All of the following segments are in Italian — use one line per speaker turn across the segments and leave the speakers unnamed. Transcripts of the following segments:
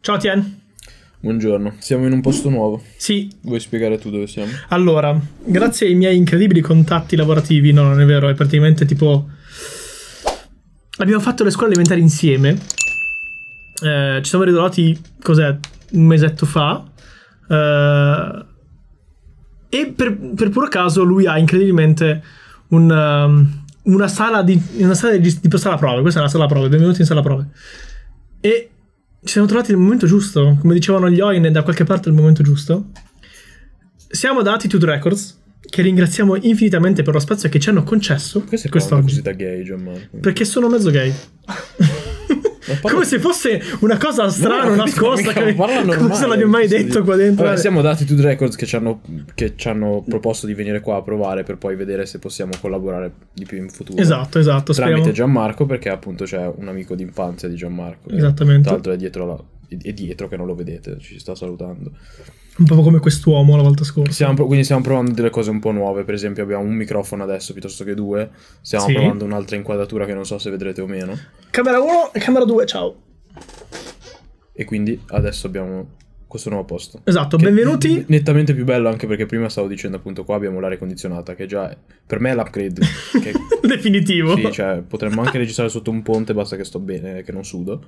Ciao Tien.
Buongiorno, siamo in un posto nuovo.
Sì,
Vuoi spiegare tu dove siamo?
allora, grazie ai miei incredibili contatti lavorativi, no, non è vero, è praticamente tipo... Abbiamo fatto le scuole elementari insieme. Eh, ci siamo ritrovati, cos'è, un mesetto fa. Eh, e per, per puro caso lui ha incredibilmente un, um, una sala di... Una sala di, tipo sala prove, questa è una sala prove, benvenuti in sala prove. E ci siamo trovati nel momento giusto, come dicevano gli Oin, è da qualche parte il momento giusto. Siamo da Attitude Records, che ringraziamo infinitamente per lo spazio che ci hanno concesso
Questo è
quest'oggi.
così da gay, Gianmarco.
Perché sono mezzo gay. Come se fosse una cosa strana, nascosta, che forse l'abbiamo mai detto qua dentro. eh.
Vabbè, siamo da Attitude Records che ci, hanno, che ci hanno proposto di venire qua a provare per poi vedere se possiamo collaborare di più in futuro.
Esatto, esatto,
Tramite
speriamo.
Gianmarco perché appunto c'è un amico d'infanzia di Gianmarco. che
Esattamente.
Tra l'altro è dietro, la- è dietro che non lo vedete, ci sta salutando.
Un po' come quest'uomo la volta scorsa.
Stiamo pro- quindi stiamo provando delle cose un po' nuove, per esempio abbiamo un microfono adesso piuttosto che due, stiamo
Sì.
provando un'altra inquadratura che non so se vedrete o meno,
Camera 1 e camera 2, ciao.
e quindi adesso abbiamo questo nuovo posto.
Esatto,
Che-
benvenuti.
Nettamente più bello anche perché prima stavo dicendo appunto qua abbiamo l'aria condizionata che già è- per me è l'upgrade. che-
Definitivo.
sì, cioè potremmo anche registrare sotto un ponte, basta che sto bene, che non sudo.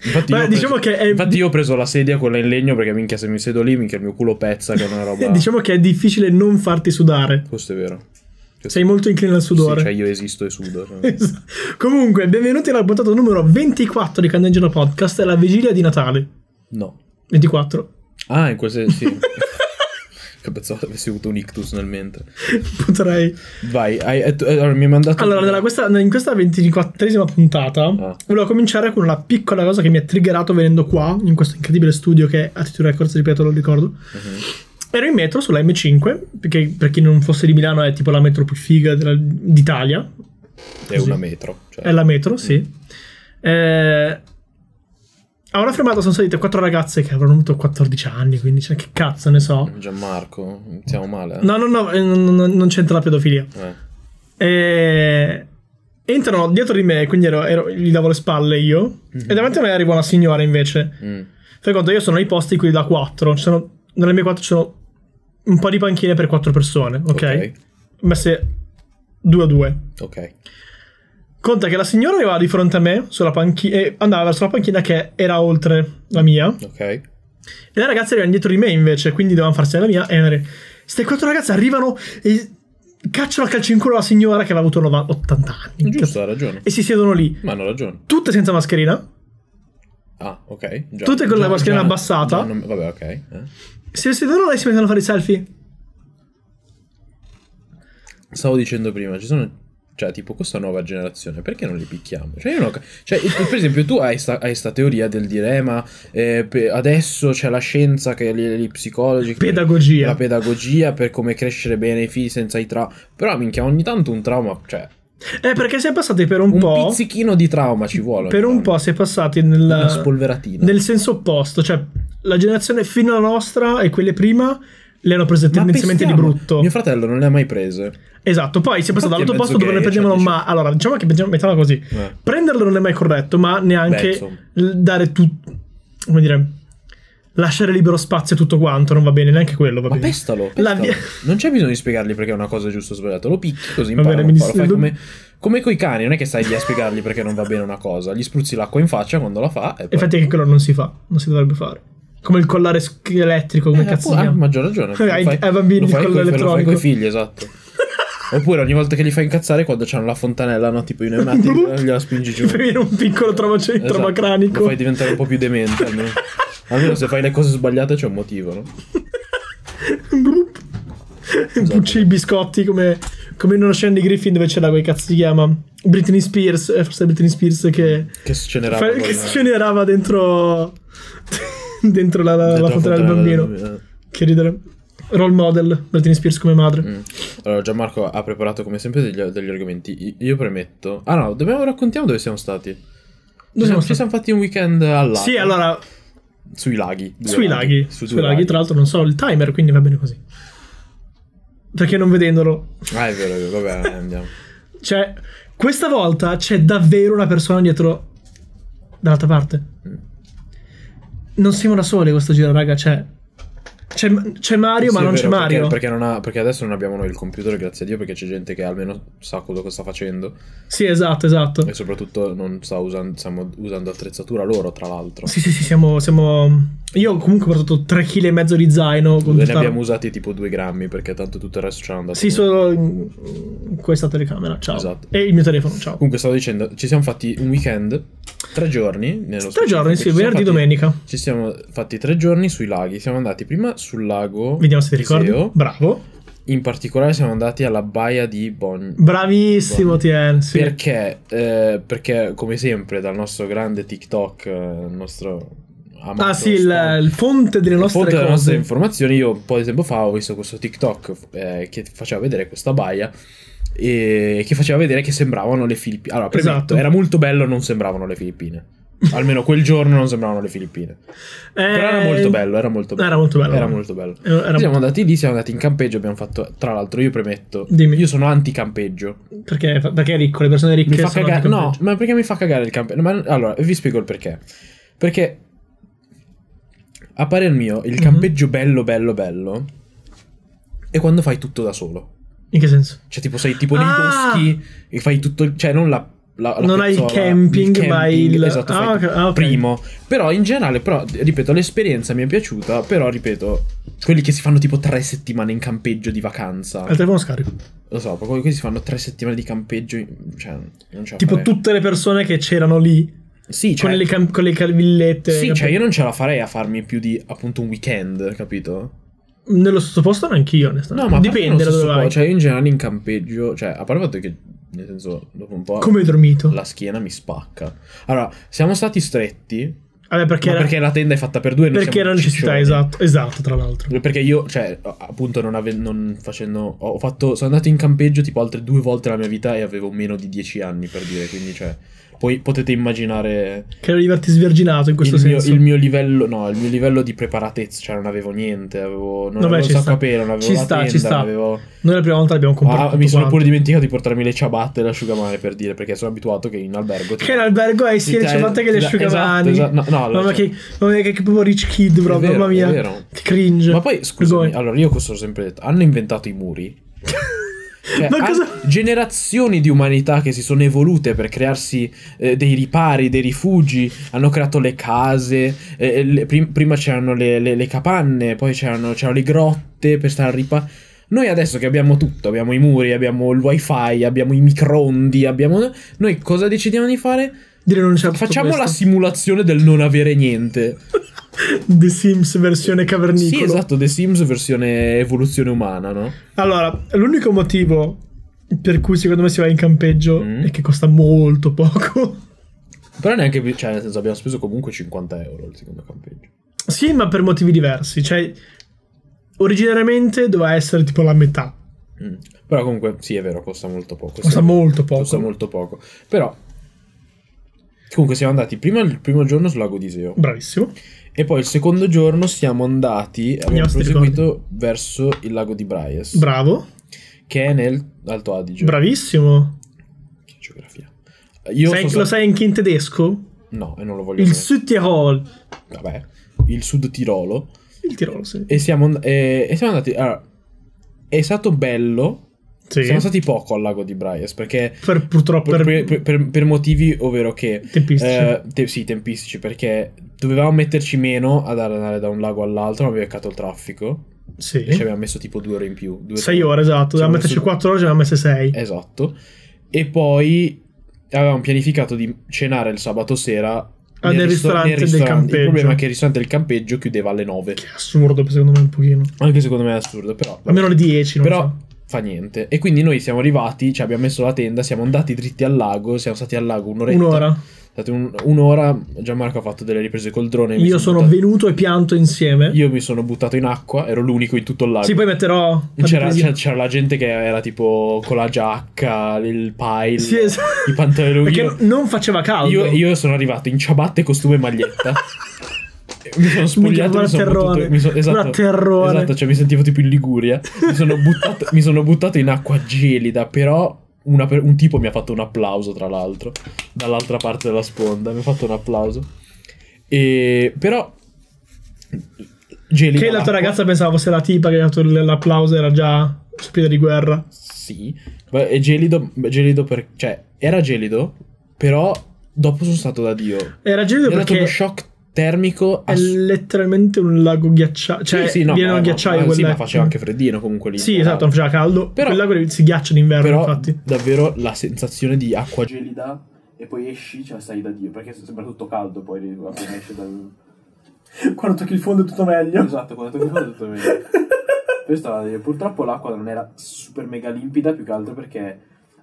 Infatti,
Beh,
io ho
diciamo
preso-
che è-
infatti io ho preso la sedia, quella in legno, perché minchia se mi sedo lì, minchia il mio culo pezza che è una roba...
diciamo che è difficile non farti sudare.
Questo è vero. Questo-
Sei molto incline al sudore.
Sì, cioè io esisto e sudo. cioè.
Esatto. Comunque, benvenuti alla puntata numero 24 di Candangelo Podcast, è la vigilia di Natale.
No.
24.
Ah, in quel senso sì. Che pensavo avessi avuto un ictus nel mente.
Potrei.
Vai, hai- eh, tu- eh, allora, mi hai mandato...
Allora, nella questa- in questa 24esima puntata,
Ah.
volevo cominciare con una piccola cosa che mi ha triggerato venendo qua, in questo incredibile studio che è Attitude Records, ripeto, lo ricordo. Ero in metro sulla M5, perché per chi non fosse di Milano è tipo la metro più figa della- d'Italia,
È una metro. Cioè.
È la metro, sì. Eh, a una fermata sono salite quattro ragazze che avranno avuto 14 anni, quindi cioè, che cazzo ne
Mm.
so.
Gianmarco, siamo male. eh?
No, no, no, eh, non, non- non c'entra la pedofilia.
Eh.
Eh, entrano dietro di me, quindi ero- ero- gli davo le spalle io. E davanti a me arriva una signora invece.
Mm.
Fai conto, io sono nei posti qui da 4. Ci sono, nelle mie 4 ci sono un po' di panchine per quattro persone, ok? Messe due a due.
Ok. ok.
Conta che la signora arrivava di fronte a me sulla panchina e andava verso la panchina che era oltre la mia.
Ok.
E le ragazze erano dietro di me invece, quindi dovevano farsi la mia. E andare. Ste quattro ragazze arrivano e cacciano a calcio in culo la signora che aveva avuto nova- 80 anni.
Giusto, ha ragione.
E si siedono lì,
Ma hanno ragione.
tutte senza mascherina.
Ah, ok. Già-
Tutte con la
già-
mascherina
già-
abbassata.
già non- vabbè, ok. eh.
Si siedono là e si mettono a fare i selfie.
Stavo dicendo prima, ci sono... Cioè, tipo, questa nuova generazione, perché non li picchiamo? Cioè, io non ho ca- cioè, il- per esempio, tu hai sta, hai sta teoria del dire, eh, ma eh, pe- adesso c'è la scienza, che li, li psicologi... che-
Pedagogia.
La pedagogia per come crescere bene i figli senza i traumi. Però, minchia, ogni tanto un trauma... Cioè,
Eh, perché si è passati per un,
un
po'.
pizzichino di trauma ci vuole. ogni
Per un
tanto.
po' si è passati nel.
Una spolveratina.
nel senso opposto, cioè la generazione fino alla nostra e quelle prima le hanno prese
Ma
tendenzialmente di
pestiamo.
brutto.
Mio fratello non le ha mai prese.
Esatto, poi si è passato
Infatti è
dall'altro posto
mezzo
dove ne
gay,
prendevano,
cioè,
ma allora diciamo che prendiamo- mettiamola così,
Eh.
prenderlo non è mai corretto, ma
Beh,
neanche
insomma.
l- dare tutto, come dire, lasciare libero spazio e tutto quanto, non va bene, neanche quello va
Ma
bene.
pestalo.
La
pestalo.
via-
Non c'è bisogno di spiegargli perché è una cosa giusta o sbagliata. Lo picchi così
Va
impara.
bene,
a
mi
farlo. Fai
dispiace.
come, come coi cani, non è che stai lì a spiegargli perché non va bene una cosa. Gli spruzzi l'acqua in faccia quando la fa. E poi...
Infatti anche quello non si fa, non si dovrebbe fare. Come il collare sch- elettrico, come
Eh,
cazzo
appu-
si
ah,
chiama?
maggior ragione. Lo
Ai-
fai-
ai bambini
lo fai
con
coi- Lo fai
l'elettronico.
con i figli, esatto. Oppure ogni volta che li fai incazzare quando c'hanno la fontanella, no? Tipo in pneumatico, gliela spingi giù.
Gli fai venire un piccolo trovacentro
Esatto.
tromacranico.
Lo fai diventare un po' più demente. Almeno, Almeno se fai le cose sbagliate c'è un motivo, no?
Brup.
esatto.
Bucci i biscotti come, come in una scena di Griffin dove c'era quel cazzo si chiama Britney Spears, eh, forse Britney Spears che,
Che scenerà.
fa- che scenerava dentro dentro la, la- la fontanella del bambino. Che ridere. Role model Britney Spears come madre.
Mm. Allora, Gianmarco ha preparato come sempre degli, degli argomenti. I- Io premetto. Ah, no, dobbiamo raccontiamo dove siamo stati. Ci
Dove siamo
siamo- ci
stati?
siamo fatti un weekend al lago.
Sì, allora
Sui laghi. due
sui laghi,
Su
sui
due
laghi, tra l'altro non so il timer, quindi va bene così. Perché non vedendolo
Ah, è vero, è vero. Vabbè, andiamo.
Cioè, questa volta c'è davvero una persona dietro dall'altra parte. non siamo da soli questo giro, raga. Cioè, c'è, c'è Mario,
Sì,
ma
è
non
vero,
c'è
perché-
Mario.
Perché, non ha- perché adesso non abbiamo noi il computer, grazie a Dio, perché c'è gente che almeno sa quello che sta facendo
Sì, esatto, esatto.
e soprattutto non sta usando, stiamo usando attrezzatura loro, tra l'altro.
Sì, sì, sì, siamo. siamo... Io comunque ho portato 3 kg e mezzo di zaino. Con
Ne
tutta-
abbiamo usati tipo 2 grammi perché tanto tutto il resto ce l'hanno dato.
Sì, solo in- in questa telecamera. Ciao.
Esatto.
E il mio telefono, ciao.
Comunque stavo dicendo, ci siamo fatti un weekend, tre giorni. Nello
Tre
specifico,
giorni,
ci
sì,
siamo
venerdì,
fatti-
domenica.
Ci siamo fatti tre giorni sui laghi. Siamo andati prima sul lago.
Vediamo se ti ricordi.
Iseo.
Bravo.
In particolare siamo andati alla baia di Bonn.
Bravissimo,
Buono.
Tien. Sì.
Perché? Eh, perché come sempre dal nostro grande TikTok, eh, il nostro amato
Ah, sì, il, il fonte delle nostre
fonte delle
cose.
nostre informazioni, io un po' di tempo fa ho visto questo TikTok eh, che faceva vedere questa baia e che faceva vedere che sembravano le Filippine. Allora, premetto,
Esatto.
era molto bello, non sembravano le Filippine. Almeno quel giorno non sembravano le Filippine.
Eh,
Però era molto bello, eh. era molto bello.
Era molto bello.
Era molto bello.
Era- era-
Siamo andati lì, siamo andati in campeggio, abbiamo fatto... Tra l'altro, io premetto,
Dimmi.
io sono anti-campeggio.
Perché, perché è ricco, le persone ricche
Mi fa
sono
cagare.
anche
No,
peggio.
ma perché mi fa cagare il campeggio? Ma, allora, vi spiego il perché. Perché a parer mio, il
Mhm.
campeggio bello, bello, bello è quando fai tutto da solo.
In che senso?
Cioè, tipo, sei tipo nei
Ah!
boschi e fai tutto. il- Cioè, non la. la- la
Non hai il
piazzola,
camping, ma il-
Esatto,
Ah,
fai
ok, ah, ok.
primo. Però in generale, però, ripeto, l'esperienza mi è piaciuta. Però, ripeto, quelli che si fanno tipo tre settimane in campeggio di vacanza.
Al telefono scarico.
Lo so, proprio quelli che si fanno tre settimane di campeggio. in- Cioè, non ce la
Tipo
farei.
tutte le persone che c'erano lì
Sì, cioè,
con, le cam- con le calvillette.
sì,
cap-
cioè io non ce la farei a farmi più di appunto un weekend, capito?
Nello stesso posto neanche io, onestamente.
a parte
Dipende da
nello
dove
stesso po',
vai.
Cioè io in generale in campeggio, cioè a parte il fatto che nel senso dopo un po'
Come hai dormito?
la schiena mi spacca. Allora, siamo stati stretti
Vabbè, perché
ma
era,
perché la tenda è fatta per due, noi
perché
siamo
era necessità,
ciccioni.
esatto, esatto, tra l'altro.
Perché io, cioè, appunto, non, ave- non facendo. Ho fatto. Sono andato in campeggio tipo altre due volte nella mia vita e avevo meno di dieci anni per dire. Quindi, cioè. Poi potete immaginare
Credo di averti sverginato in questo
il, mio,
senso.
il mio livello, no, il mio livello di preparatezza, cioè non avevo niente, avevo, non
Vabbè,
avevo
ci
il sacco
sta.
a pelo, non avevo
Ci
la
sta,
tenda,
ci sta.
non avevo-
Noi la prima volta l'abbiamo comprato.
Ah,
tutto
mi sono
quanto.
pure dimenticato di portarmi le ciabatte e l'asciugamane per dire, perché sono abituato che in albergo... ti-
Che in albergo hai sia
Sì,
le
eh,
ciabatte che le
esatto,
asciugamani.
esatto, no, no, allora,
mamma,
cioè,
che, mamma mia, che, che proprio rich kid, bro.
è vero,
mamma
è
mia.
vero.
Che cringe.
Ma poi, scusami,
Vergogna.
allora io questo l'ho sempre detto, hanno inventato i muri? Cioè,
Ma
han-
cosa-
Generazioni di umanità che si sono evolute per crearsi eh, dei ripari, dei rifugi, hanno creato le case, eh, le- prim- prima c'erano le, le- le capanne, poi c'erano, c'erano le grotte per stare al riparo. Noi adesso che abbiamo tutto, abbiamo i muri, abbiamo il wifi, abbiamo i microfondi, abbiamo... Noi cosa decidiamo di fare?
Dire non c'è tutto
Facciamo la
questo.
simulazione del non avere niente.
The Sims versione cavernicolo.
Sì, esatto, The Sims versione evoluzione umana, no?
Allora, l'unico motivo per cui secondo me si va in campeggio
Mm.
è che costa molto poco.
Però neanche più, cioè nel senso abbiamo speso comunque 50 euro il secondo campeggio.
Sì, ma per motivi diversi. Cioè, originariamente doveva essere tipo la metà.
Mm. Però comunque sì è vero, costa molto poco.
Costa
Sì,
molto poco.
Costa molto poco. Però comunque siamo andati prima il primo giorno sul lago di Iseo
Bravissimo.
e poi il secondo giorno siamo andati abbiamo
se ti
proseguito verso il lago di Braies
Bravo.
che è nel Alto Adige.
Bravissimo.
Che geografia. Io
Sai-
sono
lo
stato-
sai anche in tedesco?
No, e non lo voglio
Il
dire.
Südtirol.
Vabbè. Il Sud Tirolo
Il Tirolo, sì.
e siamo, and- e- e siamo andati allora, è stato bello
Sì.
Siamo stati poco al lago di Braies perché
Per, purtroppo
per,
per,
per- per- per motivi, ovvero che
tempistici.
eh, te- sì, tempistici, perché dovevamo metterci meno ad andare da un lago all'altro, ma abbiamo beccato il traffico
sì.
e ci abbiamo messo tipo due ore in più. due,
6
tre
ore, esatto.
Siamo
Dovevamo metterci
messi-
4 ore, ce ne abbiamo messe 6.
Esatto. E poi avevamo pianificato di cenare il sabato sera
Ah, nel
risto-
ristorante del
Il
campeggio.
problema è che il ristorante del campeggio chiudeva alle 9.
Che è assurdo, secondo me, un pochino.
Anche secondo me è assurdo, però...
Almeno le 10, non
Però
so.
fa niente. E quindi noi siamo arrivati, ci abbiamo messo la tenda, siamo andati dritti al lago, siamo stati al lago un'oretta.
Un'ora.
State un- un'ora, Gianmarco ha fatto delle riprese col drone. mi
Io sono
buttato-
venuto e pianto insieme.
Io mi sono buttato in acqua, ero l'unico in tutto il lago.
Sì, poi metterò.
c'era, c'era- c'era la gente che era tipo con la giacca, il pile,
Sì, es-
i pantaloni.
Perché
Io,
non faceva caldo.
io- io sono arrivato in ciabatte, costume e maglietta. Mi sono
Minchia,
spogliato,
guarda
mi sono
terrore.
buttato, mi sono- esatto,
Guarda terrore.
esatto, cioè mi sentivo tipo in Liguria. Mi sono buttato, mi sono buttato in acqua gelida, però una per- un tipo mi ha fatto un applauso, tra l'altro, dall'altra parte della sponda, mi ha fatto un applauso. E, però
Geli
Che la tua
d'acqua.
ragazza pensava fosse la tipa che aveva dato l- l'applauso, era già spida di guerra.
Sì, ma è gelido, gelido per, cioè, era gelido, però dopo sono stato da Dio.
Era gelido
Mi ha dato uno
perché
shock termico
è
ass-
letteralmente un lago ghiacciato. Cioè,
sì, sì, no,
viene
ma-
un ghiacciaio
ma-
quel
Sì, ma
lago.
faceva anche freddino comunque lì.
Sì, esatto, non faceva caldo.
Però-
Però, quel lago lì si ghiaccia d'inverno,
Però
Certo, infatti.
davvero la sensazione di acqua gelida e poi esci, cioè stai da Dio, perché sembra tutto caldo poi appena esci dal...
Quando tocchi il fondo è tutto meglio.
Esatto, quando tocchi il fondo è tutto meglio. Questa, eh, purtroppo l'acqua non era super mega limpida più che altro perché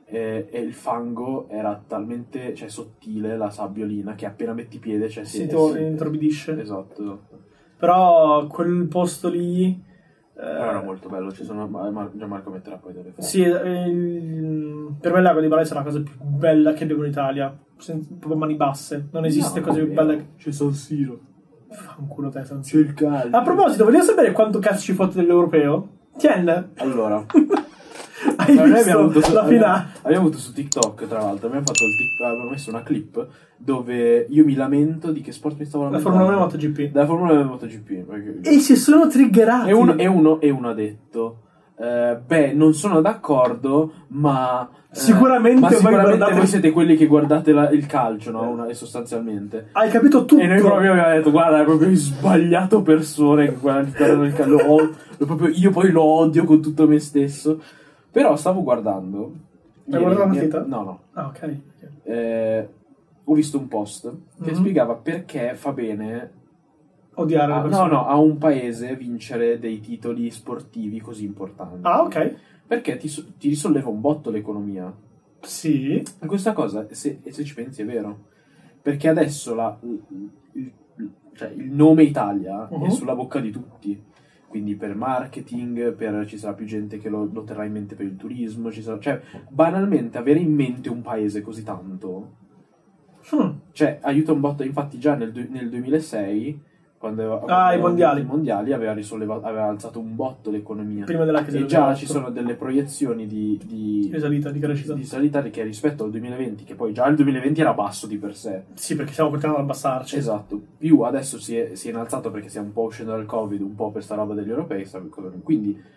eh, e il fango era talmente cioè, sottile, la sabbiolina, che appena metti piede cioè,
Si torna, intorbidisce.
Esatto, esatto.
Però quel posto lì... eh,
Però era molto bello, ci sono, ma- ma- Gianmarco metterà poi delle foto.
Sì, eh, il- per me il lago di Barese è la cosa più bella che abbiamo in Italia. Sen- proprio mani basse. Non esiste
No, eh.
cosa più
è vero.
bella che...
C'è San Siro,
Fanculo te, San
c'è
Siro.
il caldo.
A proposito, vogliamo sapere quanto cazzo ci fotte dell'europeo? Tien,
Allora,
hai
Ma noi abbiamo avuto
visto
su-
la finale?
abbiamo avuto su TikTok, tra l'altro, abbiamo, fatto il tic- abbiamo messo una clip dove io mi lamento di che sport mi stavo
La
lamentando.
Formula 1 MotoGP.
Dalla Formula 1 MotoGP. Perché...
E si sono triggerati.
E uno, e, uno, e uno ha detto: eh, Beh, non sono d'accordo, ma. eh,
Sicuramente
ma
voi
sicuramente
guardate-
voi siete quelli che guardate la- il calcio, no? Una- sostanzialmente.
Hai capito tutto.
E noi proprio abbiamo detto: Guarda, hai proprio sbagliato persone che guardano il calcio. Lo od- lo proprio- io poi lo odio con tutto me stesso. Però stavo guardando.
Hai guardato la
ieri-
partita?
No, no.
Ah, ok.
Eh, ho visto un post che
Mhm.
spiegava perché fa bene
Odiare
Ah,
le
no,
persone.
no, a un paese vincere dei titoli sportivi così importanti.
Ah, ok.
Perché ti, so- ti risolleva un botto l'economia.
Sì.
E questa cosa, se, e se ci pensi, è vero. Perché adesso la- il, il- cioè, il nome Italia
Mhm.
è sulla bocca di tutti. Quindi per marketing, per- ci sarà più gente che lo, lo terrà in mente per il turismo. Ci sarà, cioè, banalmente avere in mente un paese così tanto
Hmm.
cioè aiuta un botto infatti già nel, du- nel 2006 quando aveva,
Ah, i mondiali.
i mondiali aveva, risollevato- aveva alzato un botto l'economia
Prima della crisi.
e
del
già
2008.
ci sono delle proiezioni di, di,
Di salita, di crescita.
di salita che rispetto al 2020 che poi già il 2020 era basso di per sé
Sì, perché stiamo continuando ad abbassarci.
esatto più adesso si è, si è innalzato perché stiamo un po' uscendo dal covid un po' per sta roba degli europei sta cosa- quindi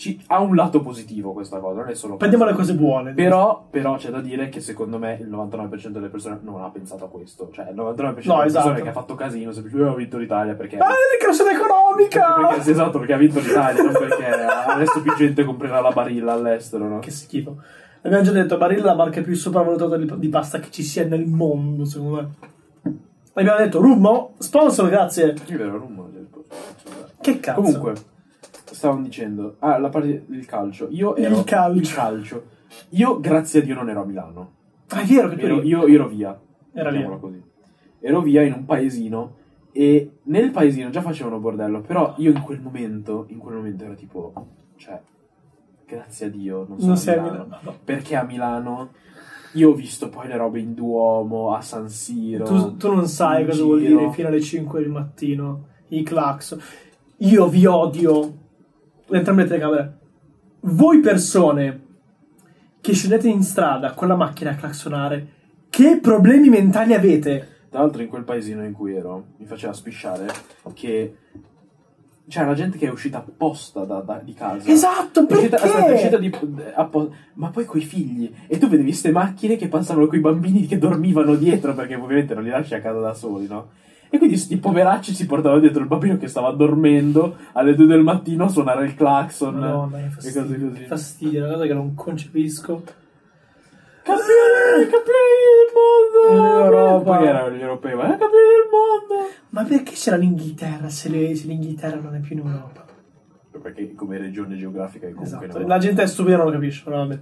ci- ha un lato positivo questa cosa non è solo
Prendiamo le cose buone.
però, però c'è da dire che secondo me il 99% delle persone non ha pensato a questo. Cioè, il 99% delle
esatto.
persone che ha fatto casino semplicemente ha vinto l'Italia perché.
Ah, la crescita economica!
perché- sì, esatto, perché ha vinto l'Italia, non perché adesso più gente comprerà la barilla all'estero, no?
Che schifo. Abbiamo già detto, Barilla è la marca più sopravvalutata di, di pasta che ci sia nel mondo, secondo me. Abbiamo detto, Rummo, sponsor, grazie.
È vero, non me lo ricordo. Scusate.
Che cazzo.
Comunque, stavamo dicendo, ah, la parte del calcio. Io ero.
Il calcio.
il calcio. Io, grazie a Dio, non ero a Milano.
Ah, è vero che tu
Ero-
eri-
io ero via.
Era
Mettiamola
lì.
così. Ero via in un paesino e nel paesino già facevano bordello, però io in quel momento, in quel momento ero tipo, cioè, grazie a Dio, non sono
Non
a
sei a
Milano.
Milano.
Perché a Milano io ho visto poi le robe in Duomo, a San Siro.
Tu, tu non sai
in
cosa vuol
giro.
dire fino alle 5 del mattino. I clax. Io vi odio. Entrambe le telecamere. Voi persone che scendete in strada con la macchina a claxonare, che problemi mentali avete?
Tra l'altro in quel paesino in cui ero mi faceva spisciare che c'era la gente che è uscita apposta da- da- di casa.
Esatto,
È uscita-
perché?
aspetta, è uscita di- appo- ma poi coi figli. E tu vedevi ste macchine che passavano coi bambini che dormivano dietro, perché ovviamente non li lasci a casa da soli, no? E quindi sti poveracci si portavano dietro il bambino che stava dormendo alle 2 del mattino a suonare il clacson.
Madonna, che
e
fastidio,
cose così.
che fastidio, è una cosa che non concepisco.
Campioni,
Eh,
campioni del mondo!
Europa.
Poi erano gli europei, ma eh, campioni del mondo!
Ma perché c'era l'Inghilterra se, le- se l'Inghilterra non è più in Europa?
Perché come regione geografica è Eh. comunque
Esatto.
no.
La gente è stupida, non lo capisce, però vabbè.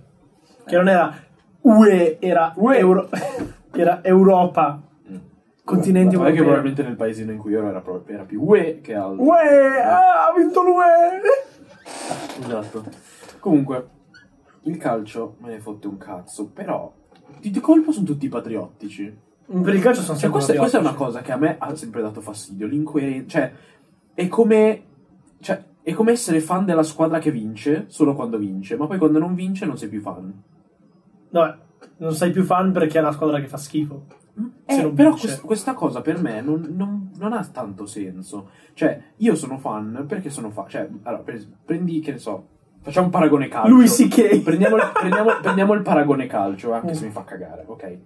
Che non era UE, era, Euro- era Europa.
Mm.
Continenti
Guarda, guarda che
europei.
probabilmente nel paesino in cui ero era, proprio- era più UE che altro.
UE, ah, ha vinto l'UE!
Esatto. Comunque, il calcio me ne fotte un cazzo, però di, di colpo sono tutti patriottici.
Per il calcio sono
Cioè,
sempre
questa, questa è una
patriottici.
cosa che a me ha sempre dato fastidio, l'incoerenza. Cioè, è come... Cioè, è come essere fan della squadra che vince solo quando vince, ma poi quando non vince non sei più fan.
No, eh, non sei più fan perché è una squadra che fa schifo. se
Eh,
non
però
vince.
quest- questa cosa per me non, non- non ha tanto senso. Cioè, io sono fan perché sono fan. Cioè, allora, per- prendi, che ne so, facciamo un paragone calcio.
Lui si che
Prendiamo, il- prendiamo- prendiamo il paragone calcio, anche
Mm.
se mi fa cagare, ok?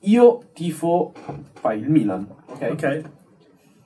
Io tifo, fai il Milan, ok?
Ok,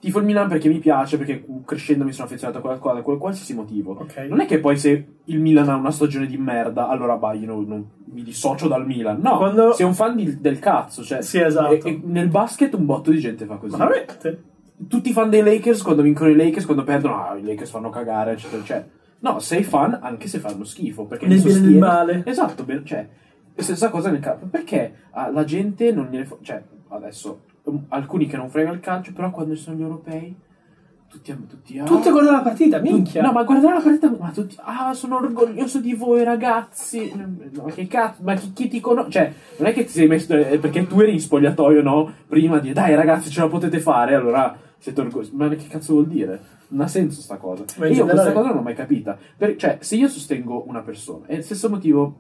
Tifo il Milan perché mi piace, perché crescendo mi sono affezionato a quella squadra, per qualsiasi motivo.
ok.
Non è che poi se il Milan ha una stagione di merda, allora bah, io non, non- mi dissocio dal Milan. No,
Quando-
sei un fan di- del cazzo. Cioè,
Sì, esatto.
e- e nel basket un botto di gente fa così.
Ma veramente?
Tutti i fan dei Lakers quando vincono i Lakers, quando perdono, ah, i Lakers fanno cagare, eccetera, eccetera. No, sei fan anche se fanno schifo. Perché
Nel
li
bene e nel
sostieni.
male.
Esatto, beh, cioè, stessa cosa nel calcio. Perché ah, la gente non gliene fa... Cioè, adesso, um, alcuni che non frega il calcio, però quando ci sono gli europei, tutti... tutti ah,
Tutte guardano la partita, minchia.
No, ma guardare la partita, ma tutti, ah, sono orgoglioso di voi ragazzi. No, ma che cazzo, ma chi, chi ti conosce? Cioè, non è che ti sei messo, eh, perché tu eri in spogliatoio, no? Prima di, dai ragazzi, ce la potete fare, allora siete orgogliosi. Ma che cazzo vuol dire? Non ha senso sta cosa.
Ma
E
in
io
generale-
questa cosa non l'ho mai capita. Per- cioè, se io sostengo una persona, è il stesso motivo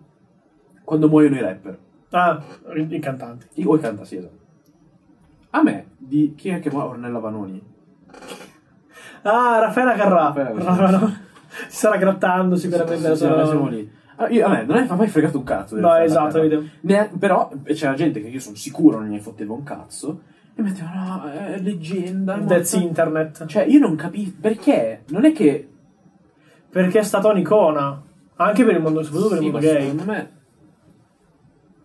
quando muoiono i rapper.
Ah, i i cantanti.
I- O i cantasiesa. A me, di chi è che muore Ornella Vanoni?
Ah, Raffaella Carrà.
Raffaella
No,
Carrà.
no, no. Si starà grattando sicuramente.
Sì, sì,
sarà-
siamo lì. Ah, io- a me non mi ha mai fregato un cazzo.
No, esatto, vedo.
Ne- però eh, c'era gente che io sono sicuro non ne fotteva un cazzo e metteva no, è leggenda. è morta".
That's internet.
Cioè, io non capisco perché. Non è che.
Perché è stata un'icona. Anche per il mondo, soprattutto per
Sì,
il
ma
mondo gay.
cioè, Secondo me.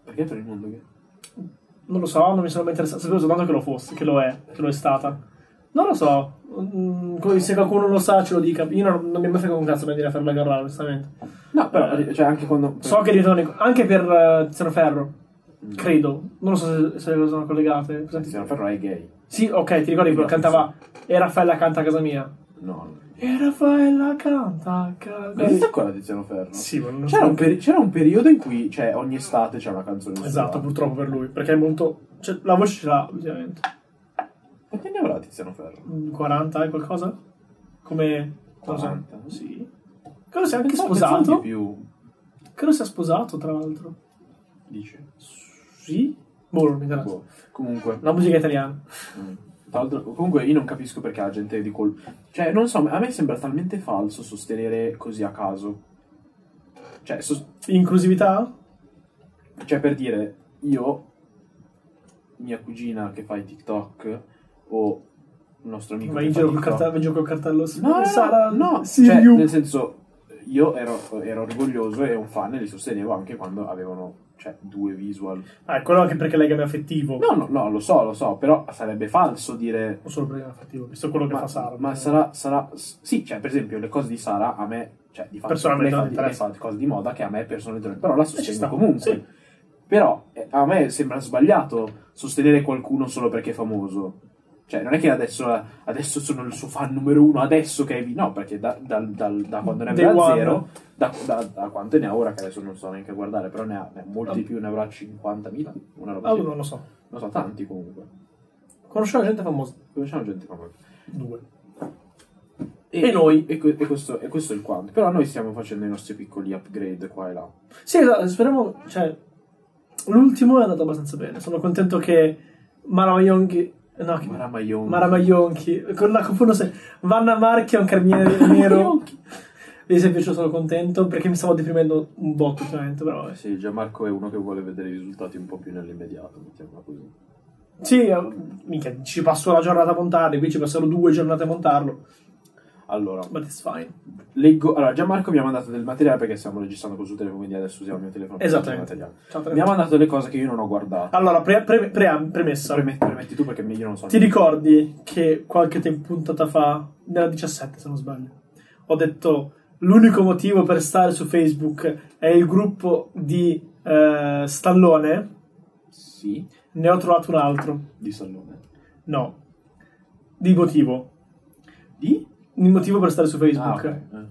Perché per il mondo gay?
Non lo so, non mi sono mai interessato. Sapevo soltanto che lo fosse, che lo è, che lo è stata. Non lo so. Mm, poi se qualcuno lo sa, ce lo dica. Io non, non mi frega un cazzo di Raffaella Carrà, onestamente.
No, però,
Eh.
cioè, anche quando.
So che è diventato un'icona. Anche per eh, Tiziano Ferro,
Mm.
credo. Non lo so se, se le sono collegate. Presenti?
Tiziano Ferro è gay.
Sì, ok, ti ricordi che
No,
cantava E Raffaella canta a casa mia?
No.
E Raffaella canta a casa
Ma esiste ancora Tiziano Ferro?
Sì, ma non
C'era un, peri- c'era un periodo in cui, cioè, ogni estate c'era una canzone.
Esatto,
nuova.
purtroppo per lui, perché è molto... cioè, la voce ce l'ha, ovviamente.
Quanti anni avrà Tiziano Ferro?
Mm, 40 e qualcosa? Come... non lo so.
40?
Sì. Credo sia anche
Pensavo- pensavo
sposato.
di più,
Credo sia sposato, tra l'altro.
dice.
Sì? Boh, non mi interessa.
Boh, Comunque,
La musica italiana.
mm. Tra l'altro, comunque io non capisco perché la gente di colpo. Cioè, non so, a me sembra talmente falso sostenere così a caso. Cioè, sos-
Inclusività?
cioè, per dire, io, mia cugina che fa i TikTok, o il nostro amico
Vai
che
in
fa
giro col
TikTok.
cartello, vai in giro col cartello.
No,
Sara,
no, no, no.
Sì,
cioè,
you.
nel senso, io ero, ero orgoglioso e un fan e li sostenevo anche quando avevano, cioè, due visual.
Ah, quello anche perché legame affettivo.
No, no, no, lo so, lo so, però sarebbe falso dire...
O solo per legame affettivo, visto quello che
ma,
fa Sara.
ma sarà, sarà- s- Sì, cioè, per esempio, le cose di Sara a me, cioè, di fatto,
Personalmente
lei
non
fa, lei
interessa. Eh,
fa cose di moda che a me personalmente non... Però la
ci
sostengo
sta,
comunque.
sì.
Però eh, a me sembra sbagliato sostenere qualcuno solo perché è famoso. Cioè, non è che adesso, adesso sono il suo fan numero uno, adesso che è... vi- No, perché da, dal- dal- da quando ne
Day
aveva
one.
zero, da, da- da quanto ne ha ora, che adesso non so neanche guardare, però ne ha, ne ha molti di più, ne avrà 50.000, una roba
Ah,
così.
non lo so.
Non so, tanti comunque.
Conosciamo gente famosa.
Conosciamo gente famosa.
Due.
E,
E noi?
E, que- e questo, e questo è il quanto. Però noi stiamo facendo i nostri piccoli upgrade qua e là.
Sì, esatto, speriamo. Cioè, l'ultimo è andato abbastanza bene. Sono contento che Mara Maionchi. No, che
Mara Maionchi.
Mara Maionchi. Con la confondo se. Vanna Marchia, un carmine nero. Di semplice sono contento perché mi stavo deprimendo un botto ultimamente, però eh, vabbè.
Sì, Gianmarco è uno che vuole vedere i risultati un po' più nell'immediato, mettiamola così.
Sì, eh, minchia, ci passo la giornata a montarli, qui ci passano due giornate a montarlo.
Allora,
But it's fine.
leggo... Allora, Gianmarco mi ha mandato del materiale perché stiamo registrando col suo telefono, quindi adesso usiamo il mio telefono. per
Esattamente.
leggere il materiale.
Ciao,
Mi ha
Trevor.
mandato delle cose che io non ho guardato.
Allora, pre- pre- pre- premessa.
Premetti, premetti tu perché io non so.
Ti ricordi che qualche tempo puntata fa, nella 17 se non sbaglio, ho detto l'unico motivo per stare su Facebook è il gruppo di eh, Stallone,
Sì,
ne ho trovato un altro.
di Salone.
No, di motivo.
Di?
Il motivo per stare su
Ah,
Facebook.
ok. Eh.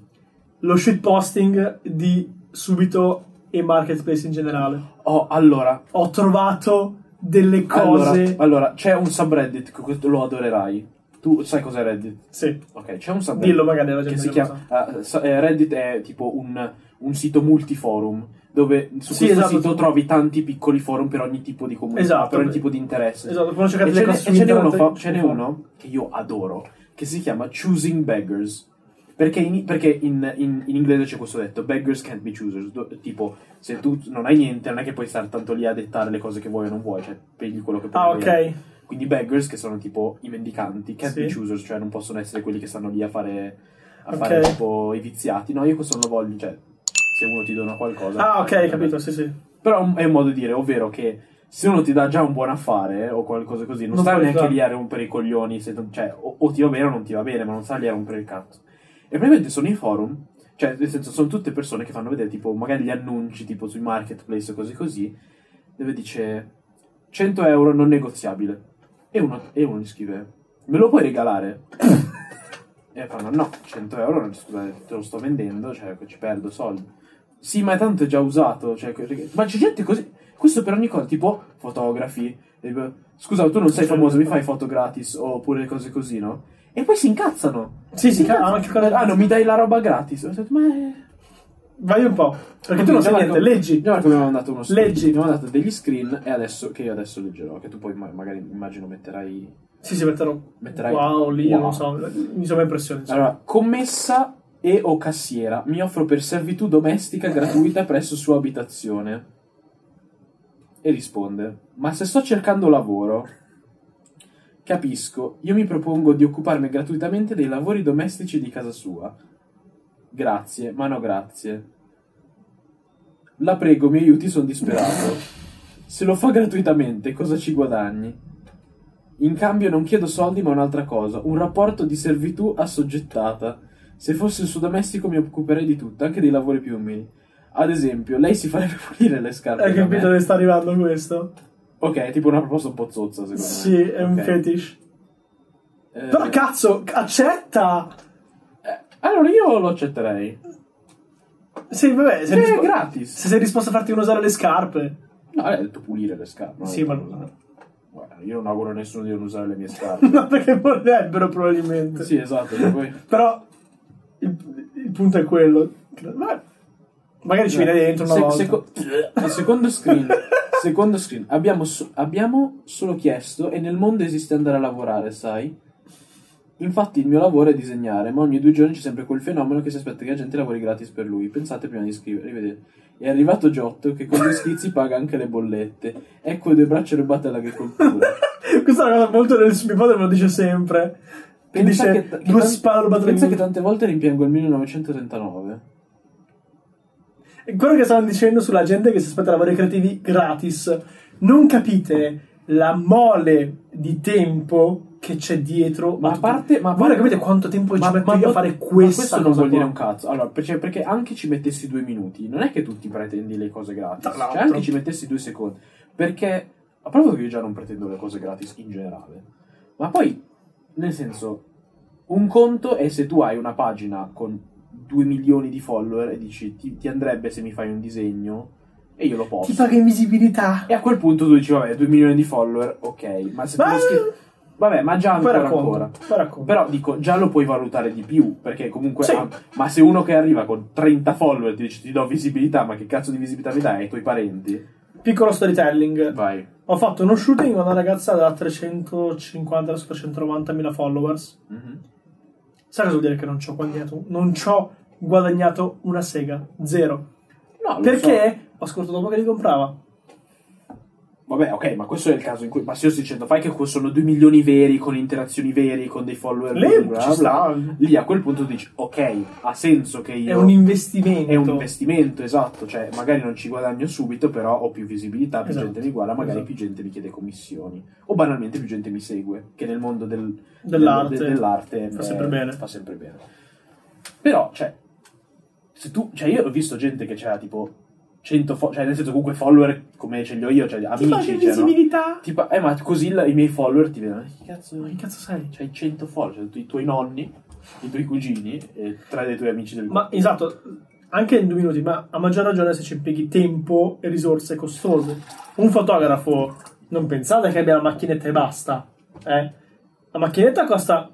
Lo shitposting di subito e marketplace in generale.
Oh, allora,
Ho trovato delle cose...
Allora, allora, c'è un subreddit, che questo lo adorerai. Tu sai cos'è Reddit?
Sì,
Ok, c'è un subreddit.
dillo magari alla gente
Che si
che lo
chiama, ah, so- eh, Reddit è tipo un, un sito multiforum dove su
Sì,
questo
esatto.
sito trovi tanti piccoli forum per ogni tipo di comunità,
Esatto.
per ogni tipo di interesse.
Esatto, poi ho cercato
E
delle
ce, n'è,
cose su
e ce n'è uno,
internet.
fa- ce
Esatto.
n'è uno che io adoro, che si chiama Choosing Beggars. Perché, in, perché in, in- in inglese c'è questo detto, beggars can't be choosers, do- tipo se tu non hai niente non è che puoi stare tanto lì a dettare le cose che vuoi o non vuoi, cioè pegli quello che puoi.
Ah, ok.
Quindi beggars che sono tipo i mendicanti, can't
Sì.
be choosers, cioè non possono essere quelli che stanno lì a fare, a
Ok.
fare tipo i viziati. No, io questo non lo voglio, cioè se uno ti dona qualcosa.
Ah, ok, capito, sì, sì.
Però è un modo di dire, ovvero che se uno ti dà già un buon affare o qualcosa così, non,
Non
sta
puoi
neanche
fare.
lì a rompere i coglioni, se non- cioè, o, o ti va bene o non ti va bene, ma non sta lì a rompere il cazzo. E praticamente sono i forum, cioè, nel senso, sono tutte persone che fanno vedere, tipo, magari gli annunci, tipo, sui marketplace o cose così, dove dice 100 euro non negoziabile. E uno, e uno gli scrive, me lo puoi regalare? e fanno, no, 100 euro, non- scusate, te lo sto vendendo, cioè, ci perdo soldi. Sì, ma tanto è già usato. Cioè, che- ma c'è gente così. Questo per ogni cosa, tipo fotografi. eh, Scusa, ma tu non sei famoso, mi fai foto gratis oppure cose così, no? E poi si incazzano.
Sì, sì, ca- anche quella-
Ah, non mi dai la roba gratis. Ho detto, ma è...
Vai un po'. Perché tu non sai niente, leggi.
Guarda come abbiamo mandato uno screen.
Leggi.
Abbiamo mandato degli screen e adesso, che io adesso leggerò, che tu poi ma- magari immagino metterai...
Sì, sì, metterò.
Metterai- Ah,
Wow, lì,
Wow.
non so. Mi sono impressioni. insomma.
Allora, commessa e o cassiera, mi offro per servitù domestica gratuita presso sua abitazione. E risponde, ma se sto cercando lavoro, capisco, io mi propongo di occuparmi gratuitamente dei lavori domestici di casa sua. Grazie, ma no grazie. La prego, mi aiuti, sono disperato. Se lo fa gratuitamente, cosa ci guadagni? In cambio non chiedo soldi ma un'altra cosa, un rapporto di servitù assoggettata. Se fossi il suo domestico mi occuperei di tutto, anche dei lavori più umili. Ad esempio, lei si farebbe pulire le scarpe.
Hai
da me.
capito dove sta arrivando questo?
Ok, è tipo una proposta un po' zozza, secondo
Sì,
me.
è un
Ok.
fetish.
Eh,
Però cazzo, accetta!
eh, allora io lo accetterei.
Sì, vabbè, se
Eh,
rispo-
gratis.
Se sei disposto a farti usare le scarpe.
No, lei ha detto pulire le scarpe. no?
Sì, ma-
Guarda, io non auguro a nessuno di non usare le mie scarpe.
No, perché vorrebbero probabilmente.
Sì, esatto. e poi-
Però il, il punto è quello. Ma- magari ci viene dentro una
Se-
volta.
seco- il secondo screen. Secondo screen. Abbiamo, so- abbiamo solo chiesto e nel mondo esiste andare a lavorare, sai? Infatti il mio lavoro è disegnare, ma ogni due giorni c'è sempre quel fenomeno che si aspetta che la gente lavori gratis per lui. Pensate prima di scrivere, rivedete. È arrivato Giotto che con gli schizzi paga anche le bollette. Ecco le due braccia rubate all'agricoltura.
Questa è una cosa molto del mio padre me lo dice sempre. Che
Pensa
dice
che, che
due
tan-
spade rubate dal
pensa che
mondo".
tante volte rimpiango il 1939.
E Quello che stavano dicendo sulla gente che si aspetta lavori creativi gratis. Non capite la mole di tempo che c'è dietro.
Ma a parte, ma a
Voi non
parte-
capite quanto tempo ci
ma-
metto
ma
io a
no-
fare
ma
questa
questo non
cosa
vuol dire
qua?
un cazzo. Allora, perché, perché anche ci mettessi due minuti, non è che tu ti pretendi le cose gratis,
Tra l'altro.
cioè anche ci mettessi due secondi. Perché, a parte che io già non pretendo le cose gratis in generale, ma poi, nel senso, un conto è se tu hai una pagina con 2 milioni di follower e dici ti, ti andrebbe se mi fai un disegno e io lo posto.
Ti paga invisibilità.
E a quel punto tu dici, vabbè, 2 milioni di follower, ok, ma se tu lo scrivi... Vabbè, ma già
Poi
ancora ancora.
racconto. Poi racconto.
Però dico, già lo puoi valutare di più, perché comunque...
Sì.
ah, ma se uno che arriva con 30 follower ti dice ti do visibilità, ma che cazzo di visibilità mi dai ai tuoi parenti?
Piccolo storytelling.
Vai.
Ho fatto uno shooting con una ragazza da 350 adesso 390 mila followers.
Mhm.
Sai cosa vuol dire che non ci ho guadagnato? Non ci ho guadagnato una sega. Zero.
No, lo so.
Perché ho scordato dopo che li comprava.
Vabbè, ok, ma questo è il caso in cui... Ma se io sto dicendo, fai che que- sono 2 milioni veri, con interazioni veri, con dei follower...
Lei
bla,
ci
bla,
sta.
bla, Lì a quel punto dici, ok, ha senso che io...
È un investimento.
È un investimento, esatto, cioè magari non ci guadagno subito, però ho più visibilità, più
Esatto.
gente mi guarda, magari
Esatto.
più gente mi chiede commissioni o banalmente più gente mi segue, che nel mondo del-
Dell'arte.
del- de- dell'arte
Fa
eh,
sempre bene.
fa sempre bene. Però, cioè, se tu, cioè io ho visto gente che c'era tipo 100 fo- cioè nel senso comunque follower come ce li ho io, cioè
Ti paga
amici, cioè, no?
invisibilità.
Tipo, eh ma così la- i miei follower ti vedono, "Eh, che cazzo,
Ma che cazzo sei?
c'hai 100 follower, cioè, tu- i tuoi nonni, i tuoi cugini e tre dei tuoi amici del
Ma esatto, anche in due minuti, ma a maggior ragione se ci impieghi tempo e risorse costose. Un fotografo, non pensate che abbia la macchinetta e basta. Eh? La macchinetta costa,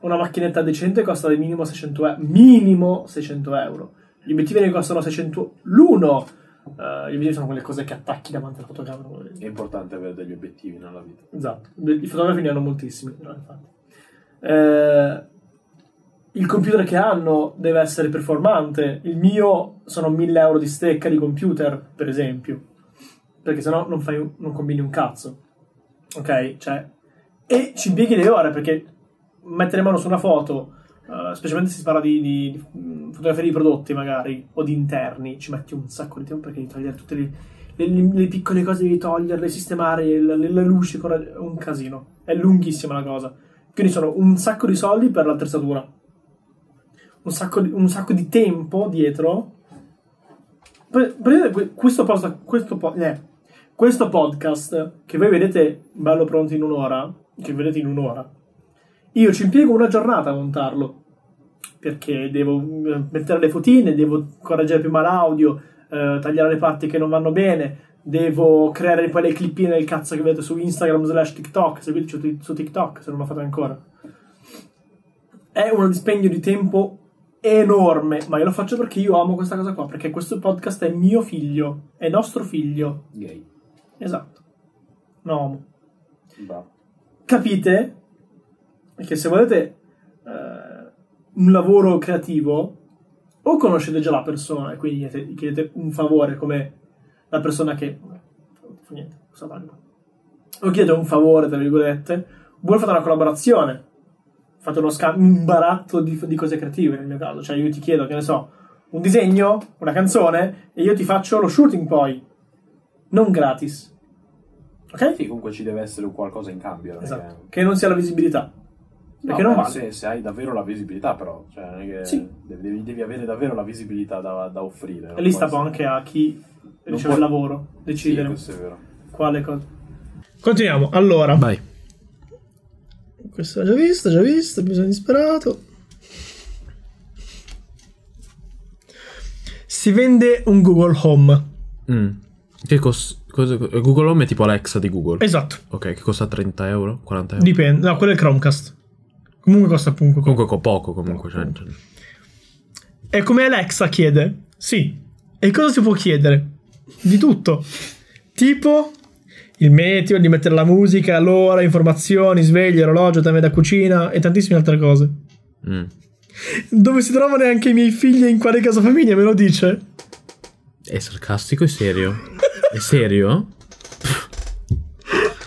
una macchinetta decente costa di minimo 600 eh, euro. Minimo 600 euro. Gli obiettivi ne costano 600 l'uno. Eh, gli obiettivi sono quelle cose che attacchi davanti alla fotocamera.
È importante avere degli obiettivi nella vita.
Esatto, i fotografi ne hanno moltissimi, no, infatti. Eh, il computer che hanno deve essere performante. Il mio sono 1000 euro di stecca di computer, per esempio. Perché sennò non, fai, un- non combini un cazzo. Ok? Cioè, e ci impieghi le ore perché mettere mano su una foto, eh, specialmente se si parla di, di- di, mm, fotografia di prodotti magari, o di interni, ci metti un sacco di tempo perché devi togliere tutte le, le- le- le piccole cose devi toglierle, sistemare la, la- la luce, corre- è un casino. È lunghissima la cosa. Quindi sono un sacco di soldi per l'attrezzatura, un sacco di, un sacco di tempo dietro. Per- prendete que- questo, post- questo, po- eh, questo podcast che voi vedete bello pronto in un'ora, che vedete in un'ora, io ci impiego una giornata a montarlo perché devo eh, mettere le fotine, devo correggere prima l'audio, eh, tagliare le parti che non vanno bene, devo creare poi le clippine del cazzo che vedete su Instagram slash TikTok, seguiteci su Tik- su TikTok se non lo fate ancora. È uno dispendio di tempo enorme, ma io lo faccio perché io amo questa cosa qua, perché questo podcast è mio figlio, è nostro figlio,
Gay.
esatto. No, amo
Bravo.
capite che se volete eh, un lavoro creativo o conoscete già la persona e quindi chiedete, chiedete un favore come la persona che fa niente, cosa valgo. o chiedete un favore tra virgolette oppure fate una collaborazione fate uno scam- un baratto di, di cose creative nel mio caso cioè io ti chiedo che ne so un disegno una canzone e io ti faccio lo shooting poi non gratis ok?
Sì, comunque ci deve essere un qualcosa in cambio. non è
Esatto.
che-
Che non sia la visibilità. Perché
No,
non
beh,
vale.
Se, se hai davvero la visibilità, però. Cioè, non è che
Sì.
devi, devi avere davvero la visibilità da, da offrire.
E lì sta poi anche a chi riceve
puoi-
il lavoro decidere
Sì, questo è vero.
quale cosa.
Continuiamo. Allora,
Vai.
questo l'ho già visto, già visto, mi sono disperato. Si vende un Google Home.
Mm. Che cos- cosa- Google Home è tipo Alexa di Google.
Esatto,
Ok, che costa 30 euro? 40 euro?
dipende. No, quello è il Chromecast. Comunque costa comunque.
Comunque co- poco comunque. cioè, cioè,
È come Alexa chiede. Sì. E cosa si può chiedere? Di tutto. Tipo il meteo, di mettere la musica, l'ora, informazioni, sveglie, orologio, tame da cucina e tantissime altre cose.
mm.
Dove si trovano anche i miei figli e in quale casa famiglia me lo dice?
È sarcastico e serio? È serio?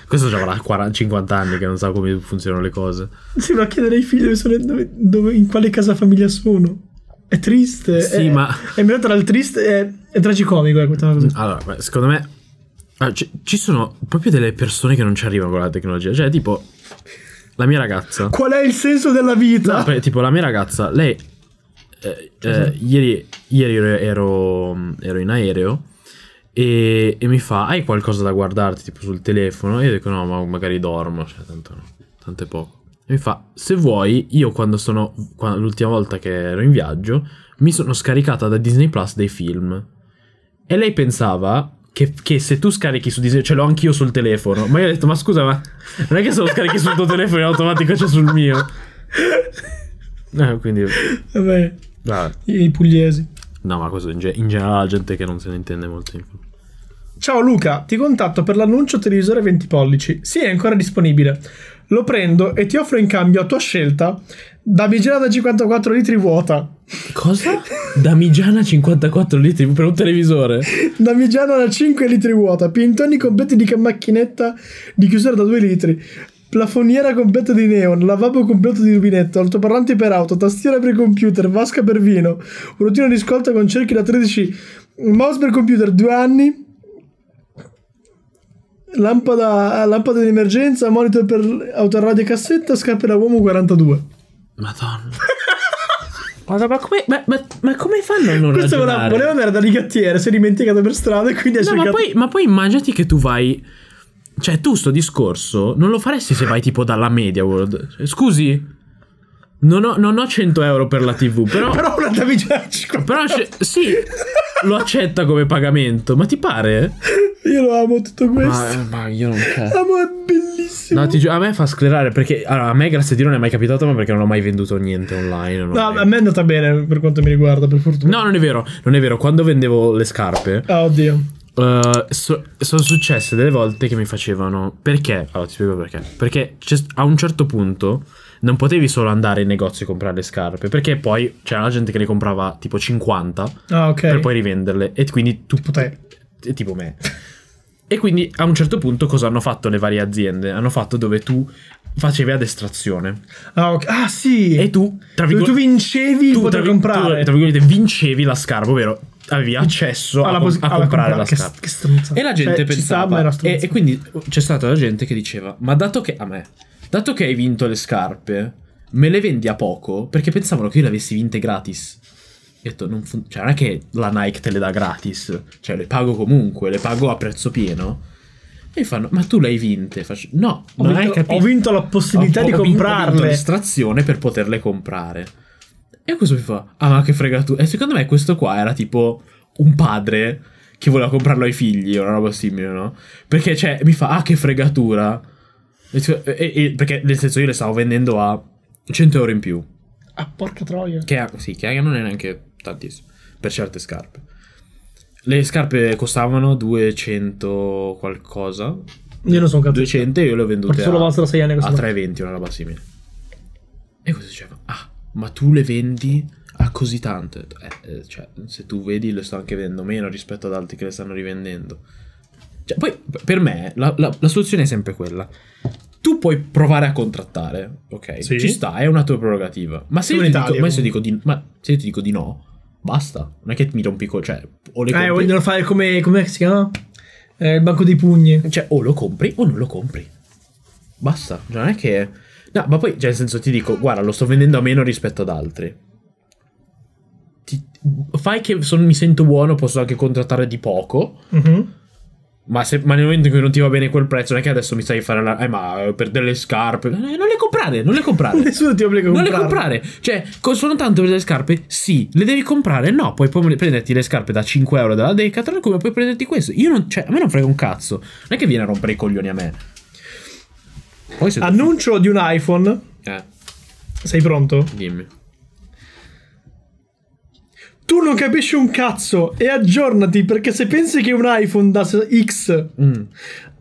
Questo già avrà 40 50 anni che non sa come funzionano le cose.
Sembra chiedere ai figli dove sono, dove- dove- in quale casa famiglia sono. È triste.
Sì,
è,
ma-
È mirato dal triste. È, è tragicomico, ecco, questa cosa.
Allora, beh, secondo me allora, ci, ci sono proprio delle persone che non ci arrivano con la tecnologia. Cioè, tipo, la mia ragazza.
Qual è il senso della vita?
No, per- Ah, tipo, la mia ragazza, lei. eh, eh, ieri ieri ero, ero- ero in aereo e, e mi fa: Hai qualcosa da guardarti tipo sul telefono? E io dico: No, ma magari dormo. Cioè, tanto, tanto è poco. E mi fa: Se vuoi, io quando sono. qua- l'ultima volta che ero in viaggio, mi sono scaricata da Disney Plus dei film. E lei pensava. Che, che se tu scarichi su Disney, ce l'ho anch'io sul telefono. Ma io ho detto: Ma scusa, ma non è che se lo scarichi sul tuo telefono in automatico c'è sul mio. Eh, quindi.
Vabbè,
vabbè.
i pugliesi.
No, ma questo in, ge- in generale la gente che non se ne intende molto. in film.
Ciao Luca, ti contatto per l'annuncio televisore 20 pollici. Sì, è ancora disponibile. Lo prendo e ti offro in cambio a tua scelta da bigela da 54 litri vuota,
Cosa? Damigiana 54 litri per un televisore.
damigiana da 5 litri vuota, pientoni completi di macchinetta di chiusura da 2 litri, plafoniera completa di neon, lavabo completo di rubinetto, altoparlanti per auto, tastiera per computer, vasca per vino, rotino di scolta con cerchi da 13, mouse per computer 2 anni, Lampada, lampada di emergenza, monitor per autoradio e cassetta, scarpe da uomo 42.
Madonna. Guarda, ma come, ma, ma- ma come fanno a non
Questo voleva,
ragionare?
voleva andare da rigattiere, si è dimenticato per strada e quindi ha
No, ma
cercato...
poi, ma poi immaginati che tu vai. Cioè, tu sto discorso non lo faresti se vai tipo dalla Media World. Cioè, Scusi, non ho, non ho 100 euro per la TV, però.
Però una damigiana da 54
Però c'è- sì, lo accetta come pagamento. Ma ti pare?
Io lo amo tutto questo.
Ma, ma io non c'è.
Amo, è bellissimo.
No, ti giuro, a me fa sclerare perché allora, a me grazie a Dio non è mai capitato, ma perché non ho mai venduto niente online. non ho
No,
mai-
a me è andata bene per quanto mi riguarda, per fortuna.
No, non è vero, non è vero. Quando vendevo le scarpe,
Ah, oddio.
eh, so- sono successe delle volte che mi facevano. Perché? Allora, ti spiego perché. Perché c'è- a un certo punto non potevi solo andare in negozio e comprare le scarpe, perché poi c'era la gente che ne comprava tipo 50
Ah, ok.
per poi rivenderle. E quindi tu
Tipo te.
e tipo me. E quindi a un certo punto cosa hanno fatto le varie aziende? Hanno fatto dove tu facevi ad estrazione
Ah, ok. Ah, sì.
e tu tra
Dove
virgolette
tu vincevi
tu,
il poter
tra-
comprare.
tu, tra virgolette, vincevi la scarpa, ovvero avevi accesso a,
Alla
com-
posi-
a
alla
comprare
compra-
la
che-
scarpa.
che stronza.
E la gente
Cioè, ci sta, ma è
pensava
una
e,
stronza.
e quindi oh, c'è stata la gente che diceva "Ma dato che a me, dato che hai vinto le scarpe, me le vendi a poco?" Perché pensavano che io le avessi vinte gratis. Ho detto, non fun- cioè, non è che la Nike te le dà gratis, cioè le pago comunque, le pago a prezzo pieno. E fanno, ma tu le hai vinte? Faccio, no,
Ho
non hai
vinto-
capito.
ho vinto la possibilità
Ho-
di
ho vinto- Ho vinto
comprarle.
l'estrazione per poterle comprare. E questo mi fa, ah ma che fregatura. E secondo me questo qua era tipo un padre che voleva comprarlo ai figli, o una roba simile, no? Perché, cioè, mi fa, ah che fregatura. E cioè- e- e- perché, nel senso, io le stavo vendendo a 100 euro in più.
Ah, porca troia.
Che è- sì, che è- non è neanche tantissimo per certe scarpe. Le scarpe costavano 200 qualcosa.
Io non sono capito.
200 e io le ho vendute
Perché solo
a,
valsero sei anni
a
questa
3,20 una roba simile. E cosa diceva? Ah, ma tu le vendi a così tante? Ho detto, Eh, eh, cioè, se tu vedi le sto anche vendendo meno rispetto ad altri che le stanno rivendendo. Cioè, poi per me la, la- la soluzione è sempre quella. Tu puoi provare a contrattare, ok?
Sì.
Ci sta, è una tua prerogativa. Ma se,
Siamo
io ti,
in
dico,
Italia,
ma se io ti dico di, ma se io ti dico di no, basta. Non è che mi rompi co- cioè, o le
Eh,
compri,
vogliono fare come. come si chiama? Eh, il banco dei pugni.
cioè, o lo compri o non lo compri. Basta, cioè, non è che... No, ma poi, cioè, nel senso, ti dico, guarda, lo sto vendendo a meno rispetto ad altri. Ti- Fai che son- mi sento buono, posso anche contrattare di poco.
Mhm.
Ma, se, ma nel momento in cui non ti va bene quel prezzo, non è che adesso mi stai a fare la. Eh, ma eh, per delle scarpe. Eh, non le comprare, non le comprare.
Nessuno ti obbliga a
Non le
comprare.
comprare. Cioè, co- sono tanto per le scarpe? Sì. Le devi comprare? No. Puoi poi prenderti le scarpe da 5 euro dalla Decathlon come puoi prenderti questo. Io non... Cioè, a me non frega un cazzo. Non è che viene a rompere i coglioni a me. Poi se...
Annuncio di un iPhone.
eh,
Sei pronto?
dimmi.
Tu non capisci un cazzo e aggiornati perché se pensi che un iPhone da se- X
Mm.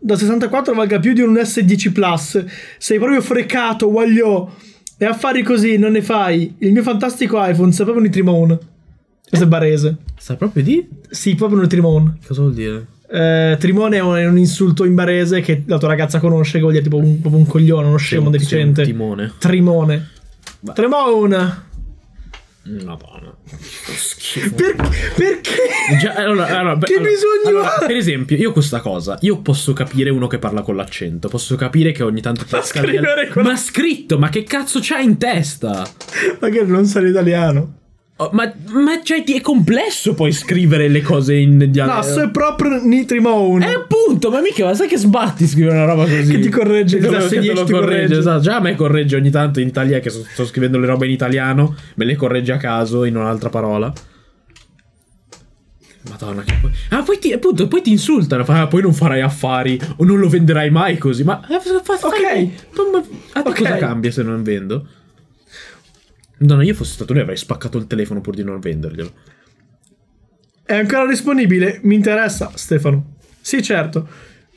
da 64 valga più di un S10 Plus, sei proprio frecato, guagliò. E affari così non ne fai. Il mio fantastico iPhone sta proprio un trimone. Questo è barese.
Sta proprio di...
Sì, proprio un trimone.
Cosa vuol dire?
Eh, trimone è un, è un insulto in barese che la tua ragazza conosce, che vuol dire tipo un, proprio un coglione, uno scemo, un deficiente.
Sei un timone.
Trimone.
Ma-
Tremone.
Madonna. Schifo.
Per- perché?
Già, allora, allora, beh,
Che
allora-
bisogno
allora,
ha?
per esempio, io questa cosa, io posso capire uno che parla con l'accento, posso capire che ogni tanto ti casca via-
scrivere con-
Ma scritto, ma che cazzo c'hai in testa?
Ma che non sai l'italiano?
Oh, ma ma cioè, ti è complesso poi scrivere le cose in
No,
dialetto.
se è proprio Nitrimone.
Eh appunto, ma mica, ma sai che sbatti scrivere una roba così? Cioè,
Che ti corregge,
Che
ti
te lo-
dà
che te
segni e
lo
ti
corregge,
corregge.
esatto. Già a me corregge ogni tanto in Italia che so- sto scrivendo le robe in italiano, me le corregge a caso in un'altra parola. Madonna, che poi... Ah, poi ti, appunto, poi ti insultano, fa, ah, poi non farai affari o non lo venderai mai così, ma... eh, fa- fa- fai-
Ok.
ma- a te
Ok.
cosa cambia se non vendo? Madonna, io fossi stato lui avrei spaccato il telefono pur di non venderglielo.
È ancora disponibile? Mi interessa, Stefano. Sì, certo.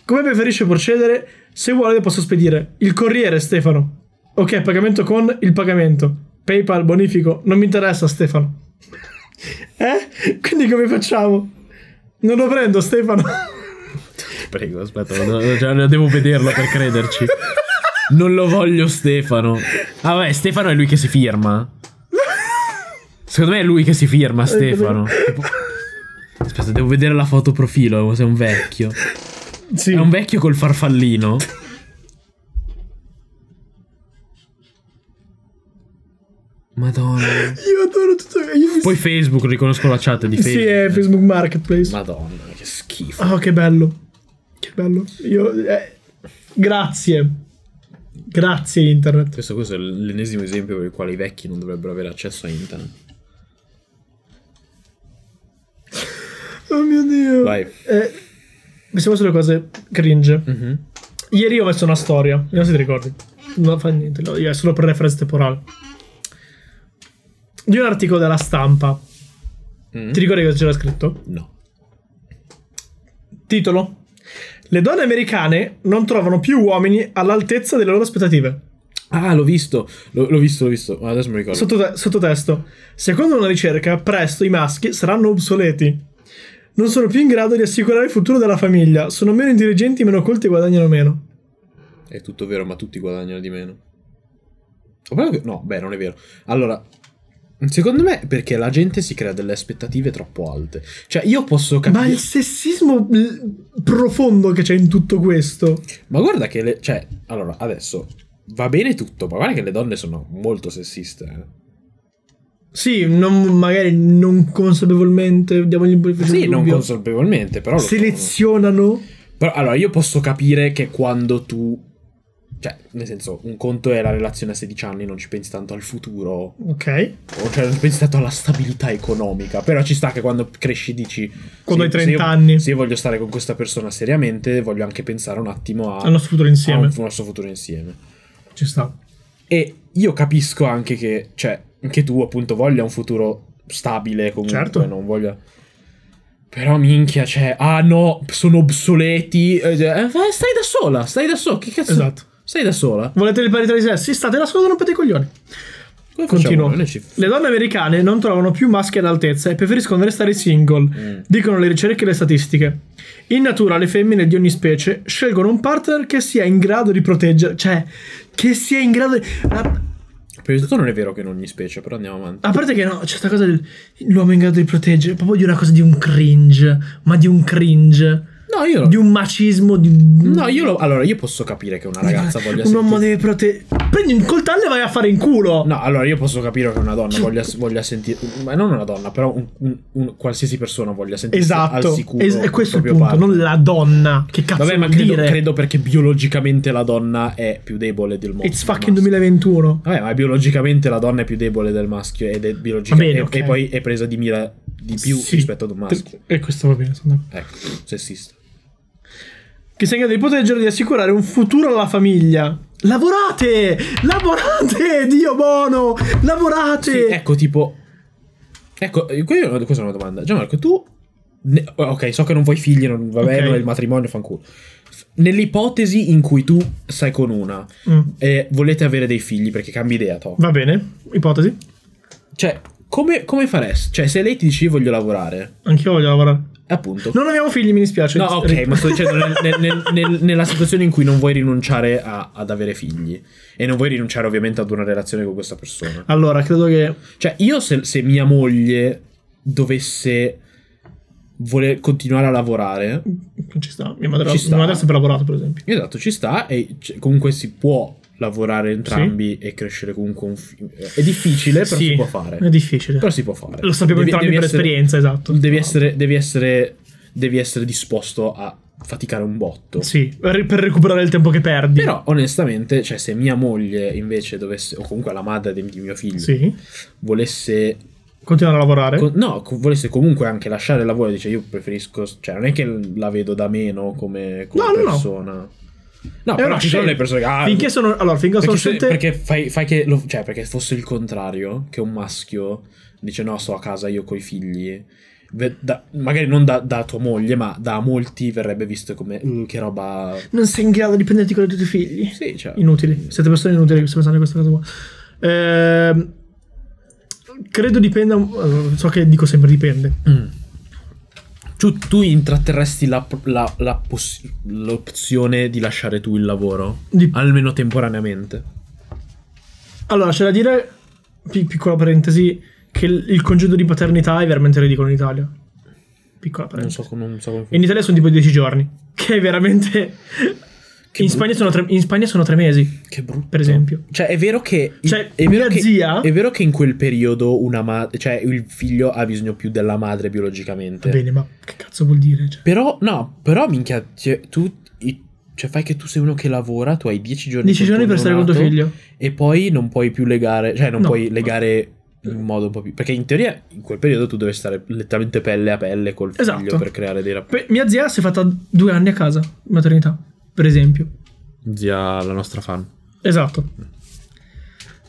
Come preferisce procedere? Se vuole le posso spedire. Il corriere, Stefano. Ok, pagamento con il pagamento. PayPal, bonifico. Non mi interessa, Stefano. Eh? Quindi come facciamo? Non lo prendo, Stefano.
Prego, aspetta, no, no, cioè, devo vederlo per crederci. Non lo voglio Stefano. Ah, vabbè, Stefano è lui che si firma. Secondo me è lui che si firma, Stefano. Tipo- Aspetta, devo vedere la foto profilo, se è un vecchio.
Sì.
È un vecchio col farfallino. Madonna.
Io adoro tutto. Io mi-
Poi Facebook, riconosco la chat di
Sì, è
Facebook.
Facebook Marketplace.
Madonna, che schifo.
Oh, che bello. Che bello. Io. eh, grazie. Grazie, internet.
Questo, questo è l'ennesimo esempio per il quale i vecchi non dovrebbero avere accesso a internet.
Oddio.
Vai.
Oh, Eh, pensiamo sulle cose cringe.
Mhm.
Ieri ho messo una storia, vediamo se ti ricordi. Non fa niente, lo- è solo per referenza temporale. Di un articolo della stampa.
Mm.
Ti ricordi cosa c'era scritto?
No.
Titolo. Le donne americane non trovano più uomini all'altezza delle loro aspettative.
Ah, l'ho visto. L'ho, l'ho visto, l'ho visto. Ma adesso mi ricordo.
Sottote- sottotesto. Secondo una ricerca, presto i maschi saranno obsoleti. Non sono più in grado di assicurare il futuro della famiglia. Sono meno intelligenti, meno colti e guadagnano meno.
È tutto vero, ma tutti guadagnano di meno. O quello che- No, beh, non è vero. Allora, secondo me perché la gente si crea delle aspettative troppo alte. Cioè, io posso
Ma
capire...
il sessismo l- profondo che c'è in tutto questo.
Ma guarda che le... Cioè, allora, adesso va bene tutto, ma guarda che le donne sono molto sessiste. eh.
Sì, non- magari non consapevolmente, diamogli un po' di
Sì, non
dubbio.
consapevolmente, però... lo sono.
Selezionano.
Però, allora, io posso capire che quando tu... Cioè, nel senso, un conto è la relazione a 16 anni, non ci pensi tanto al futuro,
Ok.
o cioè non pensi tanto alla stabilità economica, però ci sta che quando cresci dici...
Quando hai
se- se
30
io-
anni.
Se io voglio stare con questa persona seriamente, voglio anche pensare un attimo a...
Al nostro futuro
a
insieme.
un fu- nostro futuro insieme.
Ci sta.
E io capisco anche che, cioè, che tu appunto voglia un futuro stabile comunque,
Certo.
non voglia... Però minchia, cioè, ah no, sono obsoleti. eh, eh, stai da sola, stai da sola, che cazzo...
Esatto.
Stai da sola?
Volete il parità di sessi? State là solo, non rompete i coglioni.
Come facciamo
Continuo.
noi? Noi ci-
Le donne americane non trovano più maschi all'altezza e preferiscono restare single,
Mm.
dicono le ricerche e le statistiche. In natura le femmine di ogni specie scelgono un partner che sia in grado di proteggere, cioè che sia in grado di... A,
Prima di tutto non è vero che in ogni specie, però andiamo avanti.
a parte che no, c'è sta cosa dell'uomo in grado di proteggere, proprio di una cosa di un cringe, ma di un cringe,
No, io...
di un macismo, di...
No, io lo- allora io posso capire che una ragazza voglia
Un uomo
sentirsi-
deve proteggere... Prendi un coltello e vai a fare in culo!
No, allora io posso capire che una donna
Cioè-
voglia, voglia sentire, ma non una donna, però un, un- un- qualsiasi persona voglia sentire al
Esatto,
sicuro.
es-
del
e questo è il
proprio
punto,
partner.
non la donna. Che cazzo
Vabbè, ma
vuol
credo,
dire?
credo perché biologicamente la donna è più debole del mondo.
It's fucking 2021.
Vabbè, ma biologicamente la donna è più debole del maschio ed è biologicamente
Va bene,
e-
ok.
e poi è presa di mira di più
Sì.
rispetto ad un maschio.
E questo va bene, sono d'accordo.
Ecco, sessista.
Che sei in grado di proteggere e di assicurare un futuro alla famiglia. Lavorate! Lavorate, Dio buono! Lavorate!
Sì, ecco, tipo. Ecco, eh, qui io- questa è una domanda. Gianmarco, tu. ne- ok, so che non vuoi figli, non va
Ok.
bene, il matrimonio fanculo. F- Nell'ipotesi in cui tu stai con una
Mm,
e volete avere dei figli perché cambi idea, to.
Va bene, ipotesi.
Cioè, come, come faresti? Cioè, se lei ti dice "Io voglio lavorare,
Anch'io voglio lavorare.
appunto.
Non abbiamo figli, mi dispiace.
No, ok, ma sto dicendo nel- nel- nel- nel- nella situazione in cui non vuoi rinunciare a- ad avere figli e non vuoi rinunciare ovviamente ad una relazione con questa persona.
Allora, credo che...
Cioè, io se, se mia moglie dovesse voler continuare a lavorare,
Ci sta. Mia madre,
Ci sta.
mia madre ha sempre lavorato, per esempio.
esatto, ci sta e c- comunque si può lavorare entrambi e crescere comunque un figlio. È difficile, però
Sì,
si può fare.
È difficile.
Però si può fare.
Lo sappiamo
Devi-
entrambi
devi
per
essere-
esperienza, esatto.
Devi essere, devi essere devi essere disposto a faticare un botto.
Sì, per per recuperare il tempo che perdi.
Però onestamente, cioè se mia moglie invece dovesse o comunque la madre di di mio figlio
Sì.
volesse
Continuano a lavorare.
Co- no, co- volesse comunque anche lasciare il lavoro, dice io preferisco, cioè non è che la vedo da meno come, come
No, no, no.
persona. No,
È
però
una
ci sono
scelta.
le persone che... ah,
finché sono, allora, finché sono
perché, se-
scelte...
perché fai, fai che... lo- cioè perché fosse il contrario, che un maschio dice no, sto a casa io coi figli. ve- da- magari non da, da tua moglie, ma da molti verrebbe visto come "Mm, che roba...
Non sei in grado di prenderti cura dei tuoi figli.
Sì, cioè...
Inutili. Siete persone inutili che sto pensando a questa cosa qua. Ehm, credo dipenda... un- eh, So che dico sempre dipende.
Mm. Tu, tu intratterresti la- la- la poss- l'opzione di lasciare tu il lavoro?
Di-
Almeno temporaneamente.
Allora, c'è da dire, pi- piccola parentesi, che il, il congedo di paternità è veramente ridicolo in Italia. Piccola
Non
parentesi.
so, come- non so come
In Italia sono tipo 10 giorni. Che è veramente...
Che
in,
brutto.
Spagna sono tre, in Spagna sono tre mesi,
Che brutto.
per esempio.
Cioè, è vero che.
Cioè,
è vero
mia
che,
zia-
È vero che in quel periodo una ma- cioè, il figlio ha bisogno più della madre biologicamente.
Va bene, ma che cazzo vuol dire? Cioè,
Però, no, però, minchia, cioè, tu. i- cioè, fai che tu sei uno che lavora, tu hai 10 giorni
10
col
giorni per stare con tuo
neonato,
figlio.
E poi non puoi più legare. Cioè, non
No.
puoi legare in modo un po' più... Perché in teoria in quel periodo tu devi stare letteralmente pelle a pelle col figlio
Esatto.
per creare dei rapporti.
Pe- mia zia si è fatta due anni a casa, maternità, per esempio.
Zia, la nostra fan.
Esatto.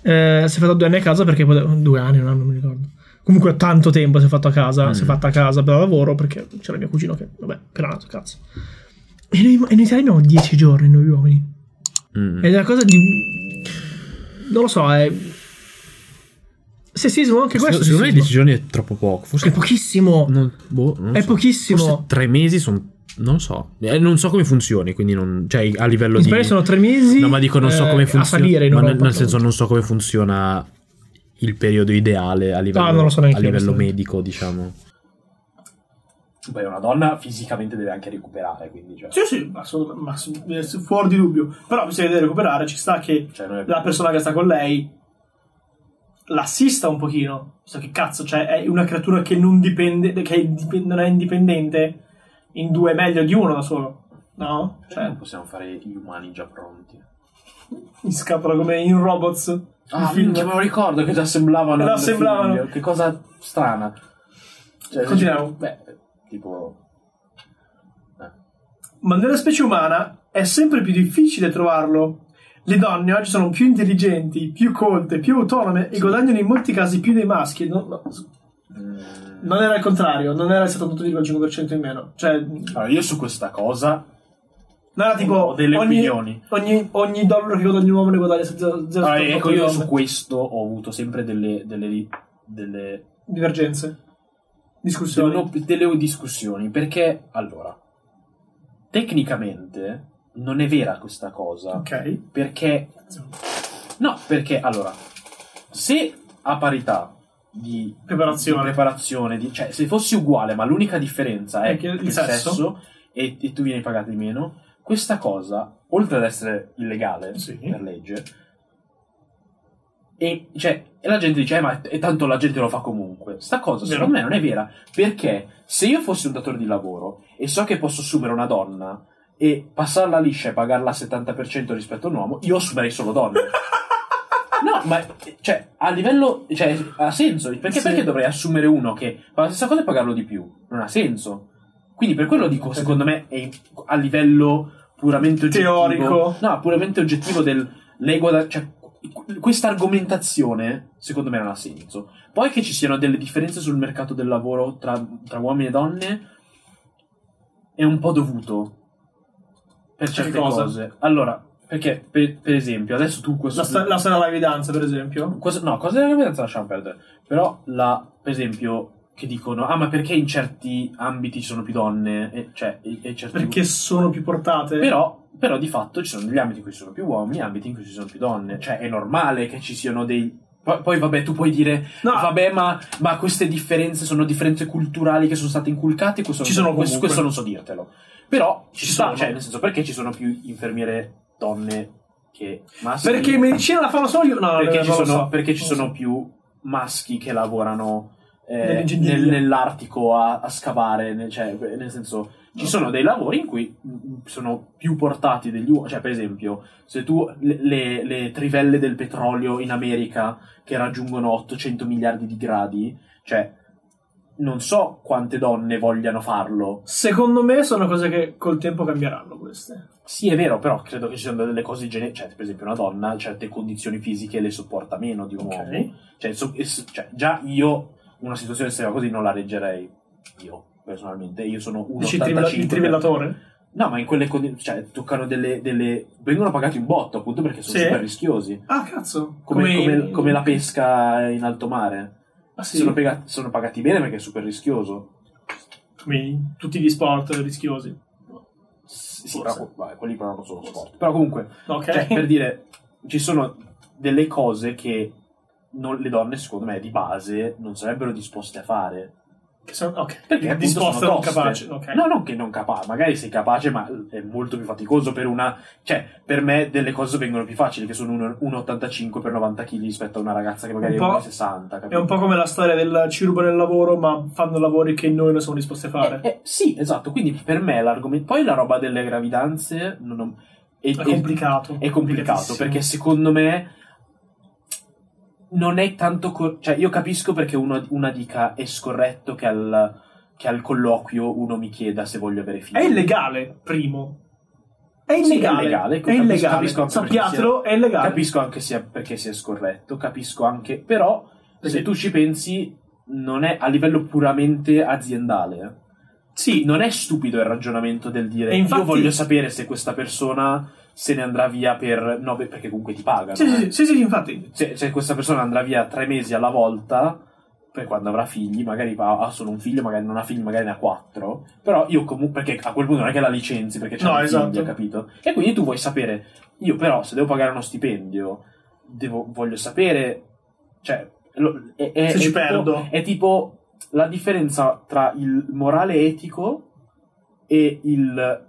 Eh, si è fatta due anni a casa perché poteva- due anni, un anno, non mi ricordo. Comunque tanto tempo si è fatto a casa,
Mm.
si è fatta a casa per lavoro perché c'era mio cugino che, vabbè, per nato, cazzo. E noi, e in Italia abbiamo dieci giorni noi uomini.
Mm.
È una cosa di... Non lo so, è... Sessismo anche questo.
Secondo secondo me
sessismo.
10 giorni è troppo poco. Forse
È pochissimo.
Non- boh, non
È
so.
pochissimo.
Forse tre mesi sono. Non so. Eh, non so come funzioni, quindi non. Cioè, a livello
In
di.
Spagna sono tre mesi.
No, ma dico, non so
eh,
come
A
funziona.
salire in
ma nel-
Europa,
nel senso, non so come funziona il periodo ideale a livello,
Ah, non lo so neanche
a
io,
livello
onestamente.
medico, diciamo.
Beh, una donna fisicamente deve anche recuperare, quindi cioè,
Sì, sì, ma, sono, ma sono- eh, fuori di dubbio. Però bisogna deve recuperare, ci sta che
cioè non è-
la persona che sta con lei l'assista un pochino. So che cazzo, cioè è una creatura che non dipende, che è dipen- non è indipendente. In due è meglio di uno da solo. No?
cioè,
Cioè,
non possiamo fare gli umani già pronti.
mi scappano come in Robots. il
Ah,
film.
minchia, me lo ricordo che già semblavano.
Già
un
semblavano.
figlio. Che cosa strana. Cioè,
Continuiamo.
Beh, tipo.
Ma nella specie umana è sempre più difficile trovarlo. Le donne oggi sono più intelligenti, più colte, più autonome e guadagnano in molti casi più dei maschi. Non, no,
mm,
non era il contrario, non era il 78,5% in meno. Cioè, non
Allora, io su questa cosa
era tipo
ho delle
ogni,
opinioni.
ogni, ogni dollaro che guadagna un uomo ne guadagna 0,8
Ah, ecco, io su questo ho avuto sempre delle. delle, delle,
divergenze. Discussioni.
delle, delle discussioni. Perché, allora, tecnicamente non è vera questa cosa.
Ok.
Perché No, perché allora, se a parità di
Preparazione.
di preparazione, di- cioè se fossi uguale, ma l'unica differenza è
È che il
il
sesso.
sesso, e, e tu vieni pagato di meno, questa cosa, oltre ad essere illegale
Sì.
per legge, e, cioè, e la gente dice, eh, ma e tanto la gente lo fa comunque. Sta cosa,
Vero.
secondo me, non è vera. Perché se io fossi un datore di lavoro e so che posso assumere una donna e passarla liscia e pagarla al 70% rispetto a un uomo, io assumerei solo donne. No, ma cioè, a livello. Cioè, ha senso. Perché,
Sì.
perché dovrei assumere uno che fa la stessa cosa e pagarlo di più? Non ha senso. Quindi, per quello dico, secondo me, è in- a livello puramente oggettivo.
Teorico.
No, puramente oggettivo del lei guada- Cioè, qu- questa argomentazione, secondo me, non ha senso. Poi che ci siano delle differenze sul mercato del lavoro tra, tra uomini e donne è un po' dovuto. Per certe
cosa?
cose. Allora, perché, per, per esempio, adesso tu questo.
La, sta- la storia della gravidanza, per esempio.
Cosa- no, cosa della gravidanza lasciamo perdere. Però, la, per esempio, che dicono: Ah, ma perché in certi ambiti ci sono più donne? E, cioè, e, e certi-
Perché sono più portate.
Però, però, di fatto, ci sono degli ambiti in cui ci sono più uomini e ambiti in cui ci sono più donne. Cioè, è normale che ci siano dei. Poi, poi, vabbè, tu puoi dire:
No.
Vabbè, ma, ma queste differenze sono differenze culturali che sono state inculcate. Questo,
Ci sono
questo,
comunque.
questo non so dirtelo. Però ci,
Ci
sta,
sono.
cioè, nel senso, perché ci sono più infermiere donne che maschi?
Perché in medicina la fanno solo io. No,
perché,
non
ci
lo
sono,
so.
perché ci
Non lo
sono più maschi che lavorano eh,
Nell'ingegneria.
nel- nell'Artico a, a scavare, nel, cioè, nel senso ci sono dei lavori in cui mm, sono più portati degli uomini, cioè per esempio se tu le, le- le trivelle del petrolio in America che raggiungono 800 miliardi di gradi, cioè non so quante donne vogliano farlo.
Secondo me sono cose che col tempo cambieranno queste.
Sì, è vero, però credo che ci siano delle cose genetiche, cioè per esempio una donna certe condizioni fisiche le sopporta meno di un
Ok.
uomo. Cioè, so- es- cioè, già io una situazione estrema così non la reggerei. Io, personalmente, io sono un
Dici il trivella- il
85.
trivellatore?
No, ma in quelle condizioni, cioè, toccano delle, delle- vengono pagati un botto, appunto, perché sono
Sì.
super rischiosi.
Ah, cazzo.
Come, come- come la pesca in alto mare.
Ah, sì.
Sono, pega- sono pagati bene perché è super rischioso.
Come in tutti gli sport rischiosi.
Sì, sì,
Forse.
però vabbè, quelli però non sono sport. Però comunque,
Ok.
Cioè, per dire, ci sono delle cose che non- le donne, secondo me, di base non sarebbero disposte a fare.
Che sono- ok.
Perché appunto
disposta
sono
non
toste.
capace. Ok.
No, non che non capace, magari sei capace, ma è molto più faticoso per una. Cioè, per me delle cose vengono più facili, che sono un- 1,85 per 90 kg rispetto a una ragazza che magari
Un
è
po'-
1,60.
È un po' come la storia del ci rubano il lavoro, ma fanno lavori che noi non siamo disposti a fare.
Eh, eh, sì, esatto. Quindi per me l'argomento. Poi la roba delle gravidanze. Non ho- e-
è
e-
complicato.
è complicato
Complicatissimo.
perché secondo me non è tanto. co- cioè, io capisco perché uno, una dica è scorretto che al, che al colloquio uno mi chieda se voglio avere figli.
È illegale, primo. È
Sì, è
illegale.
illegale,
È
capisco-
illegale.
capisco anche perché
Sappiatelo, è illegale.
Capisco anche se- perché sia scorretto, capisco anche. Però, se tu ci pensi, non è a livello puramente aziendale. eh.
Sì,
Non è stupido il ragionamento del dire
E infatti-
io voglio sapere se questa persona se ne andrà via per nove, perché comunque ti pagano.
sì,
eh.
sì, sì, sì, sì, infatti.
Se, se questa persona andrà via tre mesi alla volta, poi quando avrà figli, magari va- ha solo un figlio, magari non ha figli, magari ne ha quattro. Però io comunque, perché a quel punto non è che la licenzi perché c'è
No,
un
esatto.
figlio, capito? E quindi tu vuoi sapere, io però se devo pagare uno stipendio, devo- voglio sapere, cioè, lo- è, è-
Se
è
ci
tipo-
perdo.
È tipo la differenza tra il morale etico e il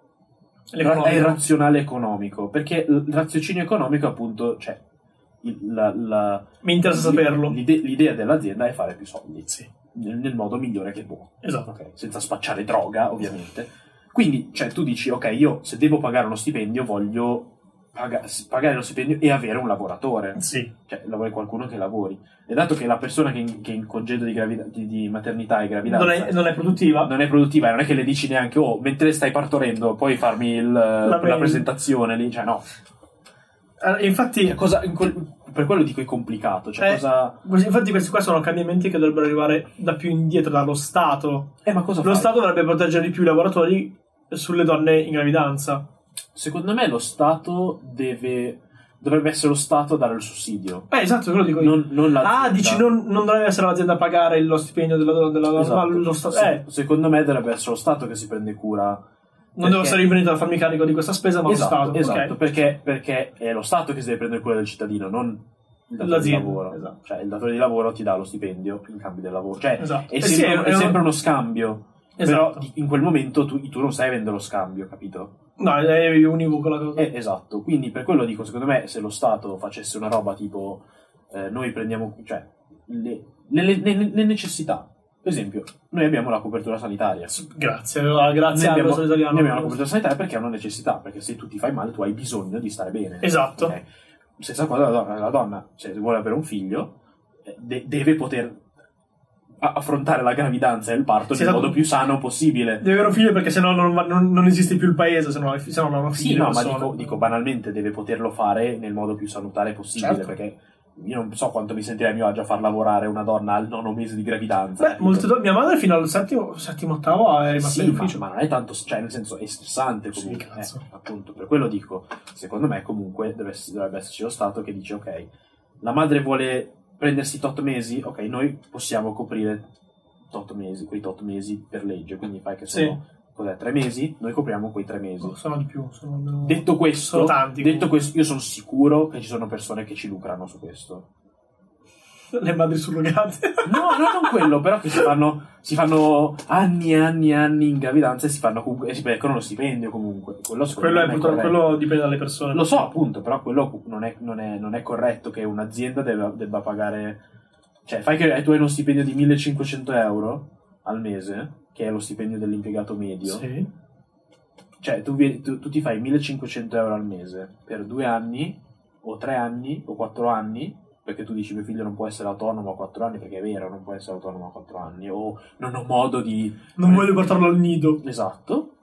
L'economico.
è il razionale economico, perché il raziocinio economico appunto, cioè, il- la- la-
Mi interessa saperlo.
l'ide- l'idea dell'azienda è fare più soldi, nel, nel modo migliore che può,
Esatto.
ok? senza spacciare droga ovviamente. Quindi, cioè, tu dici, ok, io se devo pagare uno stipendio voglio paga- pagare lo stipendio e avere un lavoratore
Sì.
cioè lavori qualcuno che lavori. E dato che la persona che in, che in congedo di, gravida- di- di maternità e gravidanza
Non è, non è produttiva.
non è produttiva, e non è che le dici neanche, oh, mentre stai partorendo, puoi farmi il- la,
mail."
presentazione lì, cioè no.
Eh, infatti,
Cioè, cosa- in quel- per quello dico è complicato,
Eh.
cioè cosa...
questi- infatti questi qua sono cambiamenti che dovrebbero arrivare da più indietro, dallo Stato.
Eh, ma cosa
Lo
fai?
Stato dovrebbe proteggere di più i lavoratori sulle donne in gravidanza.
Secondo me lo Stato deve... dovrebbe essere lo Stato a dare il sussidio.
Eh, esatto, quello dico io.
Non, non l'azienda.
Ah, dici non, non dovrebbe essere l'azienda a pagare lo stipendio della donna, della donna, ma
Esatto.
lo sta-
Se-
eh,
Secondo me dovrebbe essere lo Stato che si prende cura
non devo
perché-
essere io venuto a farmi carico di questa spesa, ma
esatto,
lo Stato.
esatto,
ok.
perché, perché è lo Stato che si deve prendere cura del cittadino, non il datore
L'azienda,
di lavoro.
esatto.
Cioè, il datore di lavoro ti dà lo stipendio in cambio del lavoro. Cioè,
Esatto.
è,
Eh sì,
sempre,
è-
è
è un-
sempre uno scambio.
Esatto.
Però di- in quel momento tu, tu non stai avendo lo scambio, capito?
No, è unico quella cosa.
Eh, esatto. Quindi per quello dico, secondo me, se lo Stato facesse una roba tipo eh, noi prendiamo, cioè, le, le- le- le- le necessità. Per esempio, noi abbiamo la copertura sanitaria.
Grazie, allora, grazie
Noi
al
abbiamo,
nostro italiano.
noi abbiamo la copertura sanitaria perché è una necessità, perché se tu ti fai male tu hai bisogno di stare bene.
Esatto.
Ok? Stessa cosa la donna, la donna, se vuole avere un figlio eh, de- deve poter a- affrontare la gravidanza e il parto
Sì,
nel
esatto.
modo più sano possibile.
Devi avere un figlio perché sennò non, va- non- non esiste più il paese, se no, se no non hanno
Sì,
figli le
no, ma
persone.
dico, dico banalmente deve poterlo fare nel modo più salutare possibile
Certo.
perché io non so quanto mi sentirei a mio agio a far lavorare una donna al nono mese di gravidanza.
Beh,
capito?
molte do- mia madre fino al settimo, settimo ottavo è rimasta
Sì,
in
ma,
ufficio.
ma non è tanto, cioè nel senso è stressante comunque.
Sì, cazzo.
eh, appunto, per quello dico, secondo me comunque deve ess- dovrebbe esserci lo Stato che dice ok, la madre vuole prendersi tot mesi, ok, noi possiamo coprire tot mesi, quei tot mesi per legge, quindi fai che
Sì.
sono cos'è, tre mesi, noi copriamo quei tre mesi.
No, sono di più, sono almeno-
Detto questo,
sono tanti.
detto questo, io sono sicuro che ci sono persone che ci lucrano su questo.
Le madri surrogate.
No, no, non quello, però che si fanno, si fanno anni e anni e anni in gravidanza e si fanno comunque, e si beccano lo stipendio comunque. Quello, secondo
quello,
me
è
non
purtroppo-
corretto.
quello dipende dalle persone.
Lo so appunto, però quello non è, non è- non è corretto che un'azienda debba, debba pagare... Cioè, fai che tu hai uno stipendio di 1500 euro al mese, che è lo stipendio dell'impiegato medio.
Sì.
Cioè, tu, vieni- tu- tu ti fai 1500 euro al mese per due anni, o tre anni, o quattro anni, perché tu dici mio figlio non può essere autonomo a quattro anni, perché è vero, non può essere autonomo a quattro anni, o non ho modo di...
Non voglio portarlo al nido.
Esatto.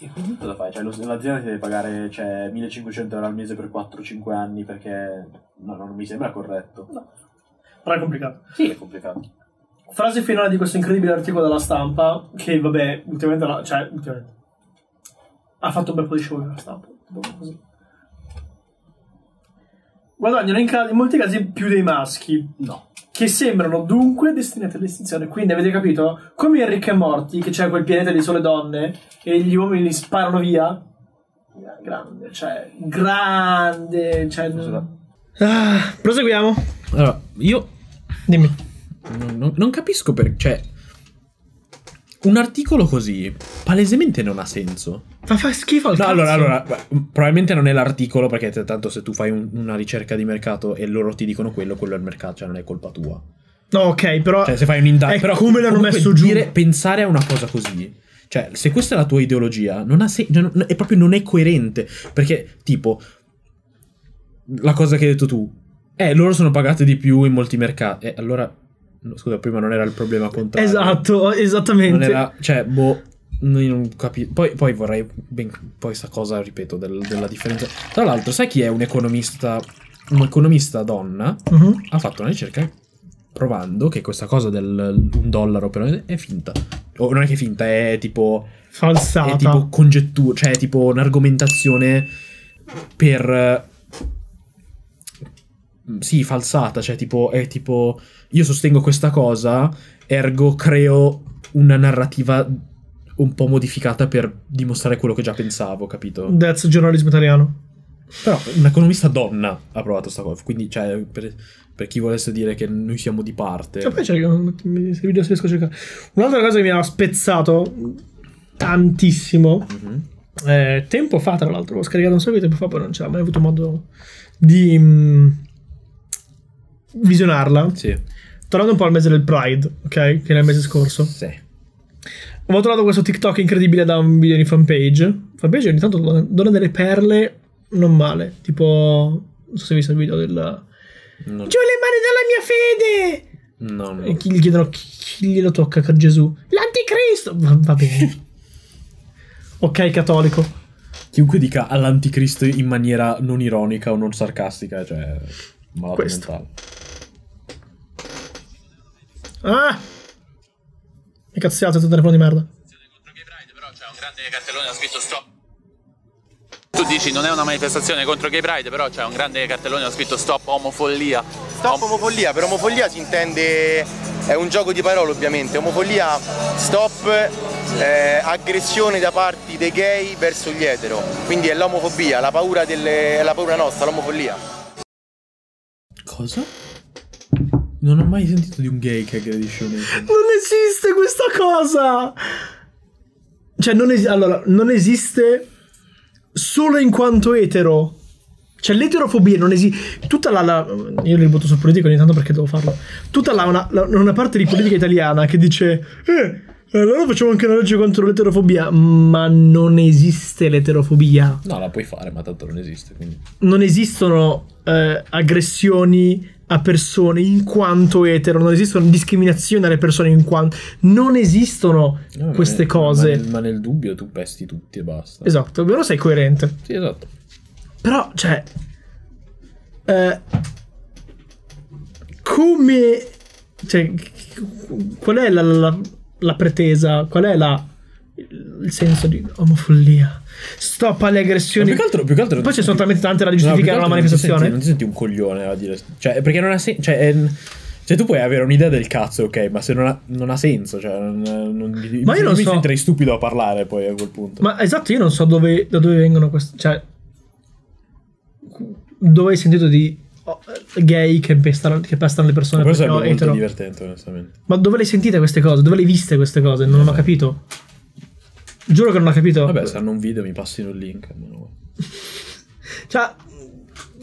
E quindi cosa fai? Cioè, lo- l'azienda ti deve pagare cioè, 1500 euro al mese per 4-5 anni, perché no, non mi sembra corretto.
Però è complicato.
Sì, è complicato.
Frase finale di questo incredibile articolo della stampa, che vabbè, ultimamente, la- cioè, ultimamente ha fatto un bel po' di show la stampa. proprio così. Guadagnano in, ca- in molti casi più dei maschi,
No.
che sembrano dunque destinati all'estinzione. Quindi avete capito? Come in Rick e Morty, che c'è quel pianeta di sole donne e gli uomini li sparano via. Grande, cioè, grande, cioè... Ah, proseguiamo.
Allora, io
Dimmi.
non, non- non capisco perché. Cioè, un articolo così palesemente non ha senso.
Ma fa schifo al
No,
cazzo.
allora, allora, beh, probabilmente non è l'articolo perché t- tanto se tu fai un- una ricerca di mercato e loro ti dicono quello, quello è il mercato, cioè non è colpa tua.
No, ok, però...
Cioè, se fai un'indagine,
Ah, È
però
come l'hanno
comunque
messo giù.
dire- pensare a una cosa così. Cioè, se questa è la tua ideologia, non ha sen- cioè, non- è proprio non è coerente, perché tipo la cosa che hai detto tu Eh, loro sono pagate di più in molti mercati. Eh, allora, no, scusa, prima non era il problema contrario.
Esatto, esattamente.
eh. Non era, cioè, boh, noi non capisco. Poi, poi vorrei, ben, poi sta cosa, ripeto, del- della differenza. Tra l'altro, sai chi è un economista, un economista donna?
Mhm.
Ha fatto una ricerca provando che questa cosa del un dollaro per è finta. O non è che è finta, è tipo
Falsata.
è tipo congettura, cioè è tipo un'argomentazione per eh, sì, falsata, cioè tipo è tipo io sostengo questa cosa, ergo creo una narrativa un po' modificata per dimostrare quello che già pensavo, capito?
That's giornalismo italiano.
Però un economista donna ha provato sta cosa, quindi cioè per, per chi volesse dire che noi siamo di parte.
Cioè, poi cerco, mi- se video se riesco a cercare. Un'altra cosa che mi ha spezzato tantissimo,
Mhm.
eh, tempo fa tra l'altro, l'ho scaricato un sacco di tempo fa, poi non c'era mai avuto modo di mm, visionarla.
Sì.
Tornando un po' al mese del Pride, ok? Che era il mese scorso.
Sì.
Avevo trovato questo TikTok incredibile da un video di fanpage. Fanpage ogni tanto dona- dona delle perle non male. Tipo, non so se hai visto il video del. Giù
Non,
le mani dalla mia fede!
no, no.
E chi gli chiedono chi chi glielo tocca a Gesù? L'anticristo! Va, va bene. ok, cattolico.
Chiunque dica all'anticristo in maniera non ironica o non sarcastica, cioè malato
Questo.
mentale.
Ah! Che cazziato, è stato un telefono di merda.
contro Gay Pride, però c'è un grande cartellone ha scritto stop. Tu dici non è una manifestazione contro Gay Pride, però c'è un grande cartellone ha scritto stop omofollia.
Stop omofollia, per omofollia si intende, è un gioco di parole ovviamente, omofollia stop eh, aggressione da parte dei gay verso gli etero, quindi è l'omofobia, la paura, delle, è la paura nostra, l'omofollia.
Cosa? Non ho mai sentito di un gay che aggredisce un etero.
Non esiste questa cosa! Cioè, non, esi- allora, non esiste solo in quanto etero. Cioè, l'eterofobia non esiste. Tutta la, la- Io li butto sul politico ogni tanto perché devo farlo. Tutta la, una, la- una parte di politica italiana che dice. Eh, allora facciamo anche una legge contro l'eterofobia. Ma non esiste l'eterofobia
No, la puoi fare, ma tanto non esiste, quindi...
non esistono eh, aggressioni a persone in quanto etero, non esistono discriminazioni alle persone in quanto... Non esistono
No, ma
queste
nel-
cose.
Ma nel, ma nel dubbio tu pesti tutti e basta.
Esatto, però sei coerente.
Sì, esatto.
Però, cioè... eh, come... Cioè, qual è la, la- la pretesa? Qual è la... Il senso di omofollia? Stop alle
Ma
aggressioni.
più che altro... Più che altro
Poi ci sono talmente tante da
No, più che
giustificare
altro
la
non ti
manifestazione.
senti- Non ti senti un coglione a dire... Cioè, perché non ha senso... Cioè, è- cioè, tu puoi avere un'idea del cazzo, ok, ma se non ha, non ha senso, cioè... Non, non,
Ma io non
mi
so-
sentirei stupido a parlare poi a quel punto.
Ma esatto, io non so dove, da dove vengono questi. Cioè, dove hai sentito di oh, gay che pestano, che pestano le persone
Questo
perché
è
no,
molto
etero?
divertente, onestamente.
Ma dove le hai sentite queste cose? Dove le hai viste queste cose? Non ho capito. Giuro che non ho capito.
Esatto. Vabbè, se hanno un video mi passino il link. almeno.
Cioè,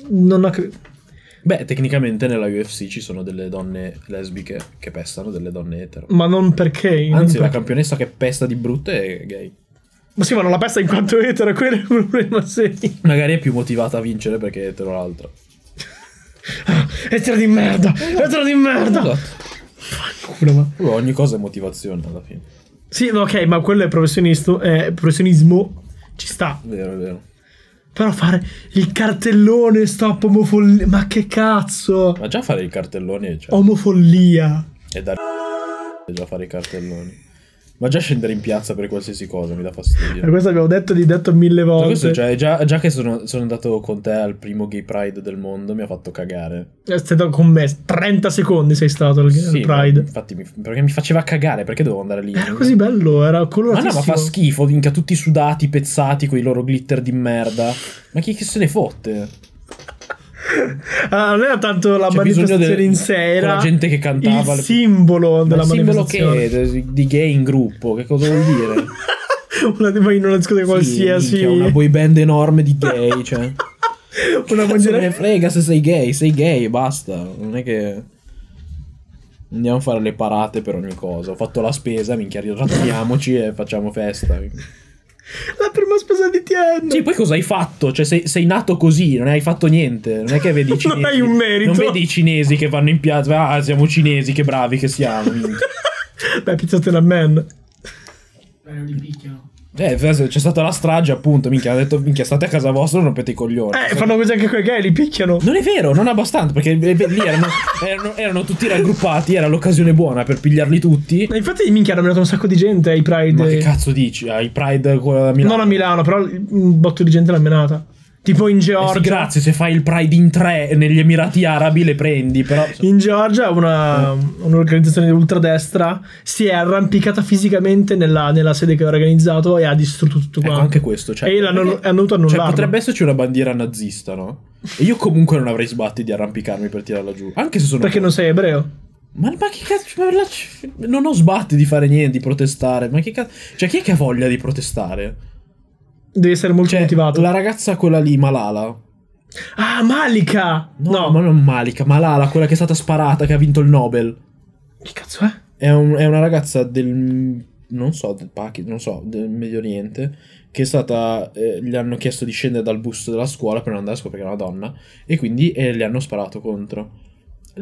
non ho capito.
Beh, tecnicamente nella UFC ci sono delle donne lesbiche che pestano, delle donne etero.
Ma non perché. non
Anzi, la
perché.
campionessa che pesta di brutto è gay.
Ma sì, ma non la pesta in quanto etero, quello è il problema, sì.
Magari è più motivata a vincere perché è etero l'altra.
Etero di merda! Etero di merda!
Esatto.
Culo, ma.
Però ogni cosa è motivazione alla fine.
Sì, ma ok, ma quello è professionista. eh, professionismo. Ci sta.
Vero, è vero.
Però fare il cartellone stop omofollia. Ma che cazzo?
Ma già fare i cartelloni, cioè,
Oh. Omofollia.
è da è già fare i cartelloni. Ma già scendere in piazza per qualsiasi cosa mi dà fastidio.
Per Eh, questo abbiamo detto di detto mille
Ma
volte.
questo cioè, già, già che sono, sono andato con te al primo gay pride del mondo mi ha fatto cagare.
È stato con me 30 secondi sei stato al al
Sì,
Pride.
ma Infatti, mi, perché mi faceva cagare, perché dovevo andare lì?
Era così bello, era
Ma no,
coloratissimo.
ma fa schifo, minchia, tutti sudati, pezzati con i loro glitter di merda. Ma chi, chi se ne fotte?
Ah, non era tanto la
C'è
manifestazione
bisogno del-
in sé, era
quella gente che cantava
il
le-
simbolo
Ma
della
il simbolo
manifestazione.
che è de- di gay in gruppo, che cosa vuol dire?
una tipo in una discoteca
Sì,
qualsiasi,
minchia, una boy band enorme di gay, cioè.
una
Cazzo me ne
bandiera
frega se sei gay, sei gay, basta. Non è che... Andiamo a fare le parate per ogni cosa. Ho fatto la spesa, minchia, ritorniamoci e facciamo festa.
La prima sposa di Tien.
Sì, poi cosa hai fatto? Cioè, sei, sei nato così, non hai fatto niente. Non è che vedi i
Non
cinesi.
hai un merito.
Non vedi i cinesi che vanno in piazza. Ah, siamo cinesi, che bravi che siamo.
Beh, pizzatela man.
Bene, li picchiano.
eh, c'è stata la strage, appunto. Minchia, ha detto, minchia, state a casa vostra, non rompete i coglioni.
Eh, fanno così anche quei gay, li picchiano.
Non è vero, non abbastanza, perché eh, beh, lì erano, erano- erano tutti raggruppati, era l'occasione buona per pigliarli tutti.
Ma Infatti, minchia, hanno menato un sacco di gente ai Pride.
Ma che cazzo dici? Ai Pride con la Milano?
Eh. non a Milano, però un botto di gente l'ha menata. Tipo in
Eh sì,
Georgia.
grazie, se fai il Pride in tre negli Emirati Arabi le prendi, però...
In Georgia una, un'organizzazione di ultradestra si è arrampicata fisicamente nella, nella sede che aveva organizzato e ha distrutto tutto
Ecco,
quanto.
anche questo, cioè...
e l'hanno,
perché-
hanno dovuto annullarlo.
Cioè, potrebbe esserci una bandiera nazista, no? E io comunque non avrei sbatti di arrampicarmi per tirarla giù. Anche se sono.
Perché non sei ebreo?
Ma, ma che cazzo. ma la- Non ho sbatti di fare niente, di protestare. Ma che cazzo. Cioè, chi è che ha voglia di protestare?
Devi essere molto
Cioè,
motivato.
la ragazza quella lì, Malala.
Ah, Malika!
No, ma non Malika, Malala, quella che è stata sparata, che ha vinto il Nobel.
Che cazzo è?
È, un- è una ragazza del. Non so, del Pakistan, non so, del Medio Oriente. Che è stata. eh, gli hanno chiesto di scendere dal bus della scuola per non andare a scuola perché era una donna. E quindi eh, le hanno sparato contro.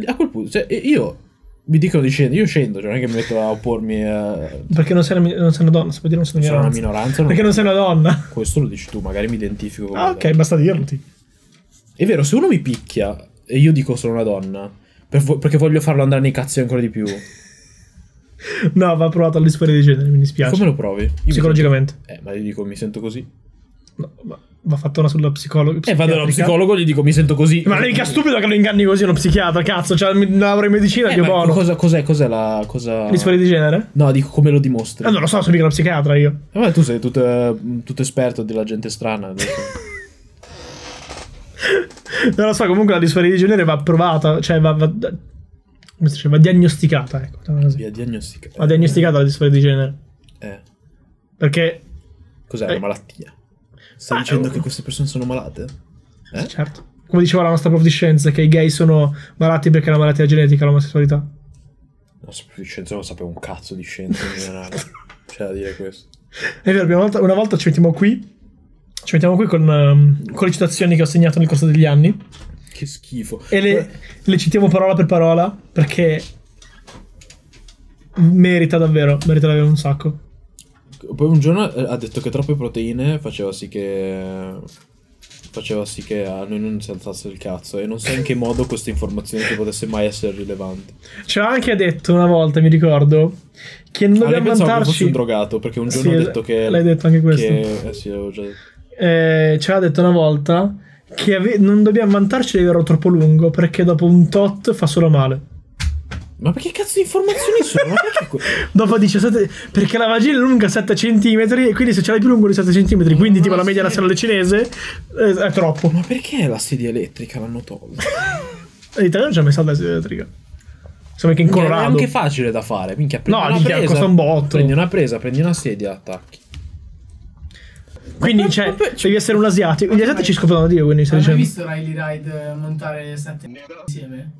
A quel punto, cioè, eh, io. Mi dicono di scendere, io scendo, cioè non è che mi metto a oppormi. eh,
Perché non sei una, mi- non sei una donna, si può dire non sei una
sono una
minoranza.
minoranza. non-
Perché non sei una donna.
Questo lo dici tu, magari mi identifico con
Ah, ok, basta dirlo. ti.
È vero, se uno mi picchia e io dico sono una donna. per vo- perché voglio farlo andare nei cazzi ancora di più.
No, va provato all'isperia di genere, mi dispiace.
Come lo provi? Io mi
Psicologicamente.
sento- Eh, ma io dico mi sento così.
No, va- va fatta una sulla psicologa.
E Eh, vado dallo psicologo e gli dico mi sento così.
Ma è mica stupido che lo inganni così uno psichiatra, cazzo. Cioè, mi laurea in medicina,
Eh,
Dio
ma
buono.
cosa- cos'è, cos'è la cosa...
L'isperia di genere?
No, dico come lo dimostri.
Eh, non lo so, sono mica uno psichiatra io.
Eh, ma tu sei tutto, eh, tutto esperto della gente strana. adesso.
Non lo so, comunque la disforia di genere va provata, cioè va, va- come si dice, va diagnosticata, ecco. diciamo così.
Via diagnostica.
Va diagnosticata la disforia di genere.
Eh,
Perché,
cos'è
Eh.
una malattia? Stai
Ma-
dicendo che queste persone sono malate? Eh?
certo, come diceva la nostra prof di scienze, che i gay sono malati perché è una malattia genetica l'omosessualità.
Non so più di scienza, non sapevo un cazzo di scienza in generale. C'è da dire questo.
È vero, una volta, una volta ci mettiamo qui, ci mettiamo qui con, ehm, con le citazioni che ho segnato nel corso degli anni
Che schifo.
e le, le citiamo parola per parola perché merita davvero, merita davvero un sacco.
Poi un giorno eh, ha detto che troppe proteine faceva sì che. Faceva sì che a noi non si alzasse il cazzo. E non so in che modo questa informazione che potesse mai essere rilevante.
Ci ha anche detto una volta, mi ricordo, che non
Ah, lei
dobbiamo
pensava che fosse
vantarci.
un drogato, perché un giorno
Sì,
ha detto che.
l'hai detto anche questo.
Che, eh sì, l'avevo già detto.
Eh, ci ha detto una volta che ave- non dobbiamo vantarci di averlo troppo lungo perché dopo un tot fa solo male.
Ma perché cazzo di informazioni sono? Ma perché que-
Dopo 17 perché la vagina è lunga 7 cm e quindi se ce l'hai più lungo di 7 cm, quindi tipo la media nazionale cinese eh, è troppo.
Ma perché la sedia elettrica l'hanno tolta?
L'Italia non c'è mai stata la sedia elettrica. Siamo anche in
Minchia, È
Colorado.
anche facile da fare. Minchia, prendi
No,
una
minchia,
presa,
costa un botto.
Prendi una presa, prendi una sedia, attacchi.
Quindi cioè, devi essere un asiatico. Gli asiatici scoprono Dio, quindi stai
Hai mai
dicendo.
visto Riley
eh,
Ride montare sette insieme?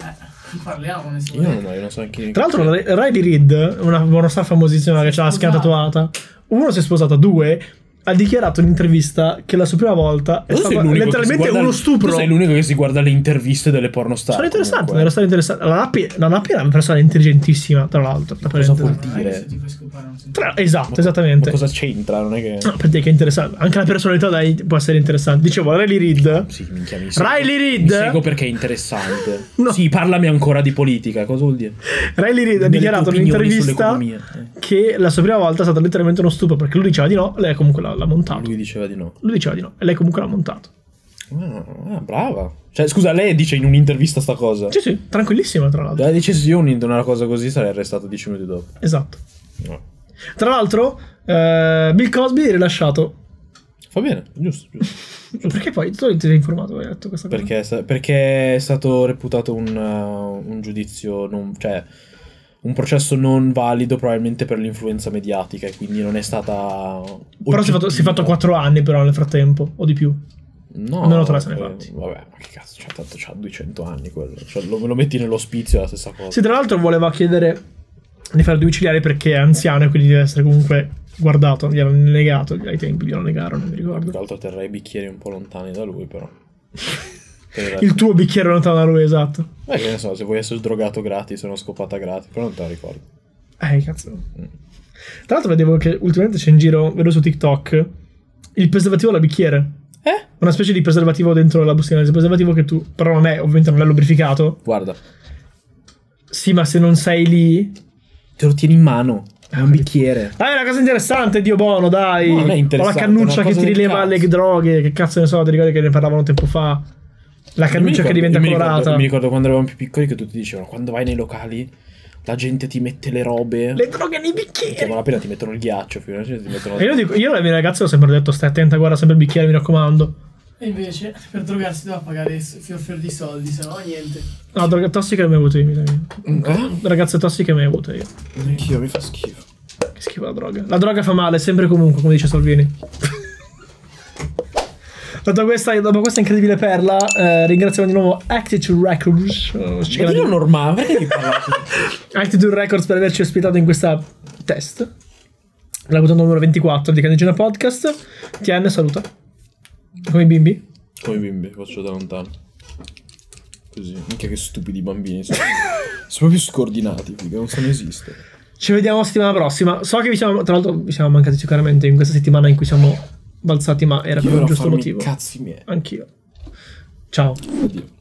Eh, non parliamo ne
Io non, io non so neanche.
Tra l'altro, Ra- Riley Reid, una pornostar famosissima che ha la schiena tatuata, uno si è sposata, due ha dichiarato in intervista che la sua prima volta è
Tu sei
stata
l'unico che si
letteralmente
guarda-
uno
Tu
stupro.
sei l'unico che si guarda le interviste delle pornostar.
Sono interessante,
comunque. eh.
era stato interessante. La Nappi, la Nappi era una persona intelligentissima, tra l'altro. da
Cosa
parentesi.
vuol
Se
dire?
ti fai scopare non sento.
Tra- esatto,
Ma
esattamente.
cosa c'entra? Non è che.
No, per dire che è interessante. Anche la personalità dai, può essere interessante. Dicevo, Riley Reid.
Sì, minchia, mi
Riley Reid?
Mi seguo perché è interessante.
No.
Sì, parlami ancora di politica. Cosa vuol dire?
Riley Reid ha
Delle
dichiarato
tue
in
opinioni
un'intervista
sull'economia, eh.
che la sua prima volta è stata letteralmente uno stupro perché lui diceva di no, lei comunque l'ha, l'ha montato.
Lui diceva di no.
Lui diceva di no, e lei comunque l'ha montato.
Ah, ah, brava. Cioè, scusa, lei dice in un'intervista sta cosa.
Sì, sì, tranquillissima, tra l'altro.
La decisione di una cosa così sarei arrestato dieci minuti dopo.
Esatto.
No.
Tra l'altro, eh, Bill Cosby è rilasciato.
Fa bene, giusto, giusto.
Perché poi tu ti sei informato, hai detto questa cosa.
Perché, è sta- perché è stato reputato un, uh, un giudizio non, cioè un processo non valido probabilmente per l'influenza mediatica e quindi non è stata
Però si è, fatto, si è fatto 4 anni, però, nel frattempo, o di più.
No,
almeno tre se ne
eh,
fatti.
Vabbè, ma che cazzo, cioè, tanto c'ha 200 anni quello. Cioè, lo, lo metti nell'ospizio è la stessa cosa.
Sì, tra l'altro, voleva chiedere di fare domiciliare perché è anziano e quindi deve essere comunque guardato. Gli hanno negato ai tempi, glielo negarono, non mi ricordo.
Tra l'altro terrei i bicchieri un po' lontani da lui, però. Per-
Il tuo bicchiere lontano da lui, esatto.
Beh, che ne so, se vuoi essere drogato gratis, sono scopata gratis, però non te la ricordo.
Eh, cazzo. Tra l'altro vedevo che ultimamente c'è in giro, vedo su TikTok, il preservativo alla bicchiere.
Eh?
Una specie di preservativo dentro la bustina del preservativo che tu, però non è, ovviamente non è lubrificato.
Guarda,
Sì, ma se non sei lì...
te lo tieni in mano, è
Ah,
un bicchiere.
Dai, è una cosa interessante, Dio buono, dai.
No, non è interessante,
Ho la
è
cannuccia che
una cosa
ti
del
rileva
cazzo.
le droghe, che cazzo ne so, ti ricordi che ne parlavano tempo fa? La cannuccia che
Io mi
diventa
ricordo- io mi
colorata.
Ricordo, mi ricordo quando eravamo più piccoli che tutti dicevano, quando vai nei locali, la gente ti mette le robe.
Le droghe nei
Chiamano
bicchieri.
la pena, ti mettono il ghiaccio, fino a ti mettono...
E io, dico, io alla mia ragazza ho sempre detto, stai attenta, guarda sempre il bicchiere, mi raccomando.
E invece, per drogarsi doveva pagare s- fior fior di soldi, se no niente.
No, droghe tossiche non mi hai avuto io. mi sa io.
Eh?
Ragazze tossiche mi hai avuto io.
Anch'io, mi fa schifo.
Che schifo la droga. La droga fa male, sempre e comunque, come dice Salvini. Dopo questa, dopo questa incredibile perla, eh, ringraziamo di nuovo Actitude Records. eh,
Ma
scena di-
dillo normale, perché ti parlate?
Attitude Records per averci ospitato in questa test. La puntata numero 24 di Candigina Podcast. TN saluta. Come i bimbi.
Come i bimbi, faccio da lontano. Così, minchia che stupidi bambini sono. sono proprio scordinati, figa, non sanno esistere.
Ci vediamo settimana prossima. So che vi siamo, tra l'altro, vi siamo mancati sicuramente in questa settimana in cui siamo balzati, ma era
Io
per
ero
un
a
giusto
farmi i
motivo.
cazzi miei.
Anch'io. Ciao.
Oddio.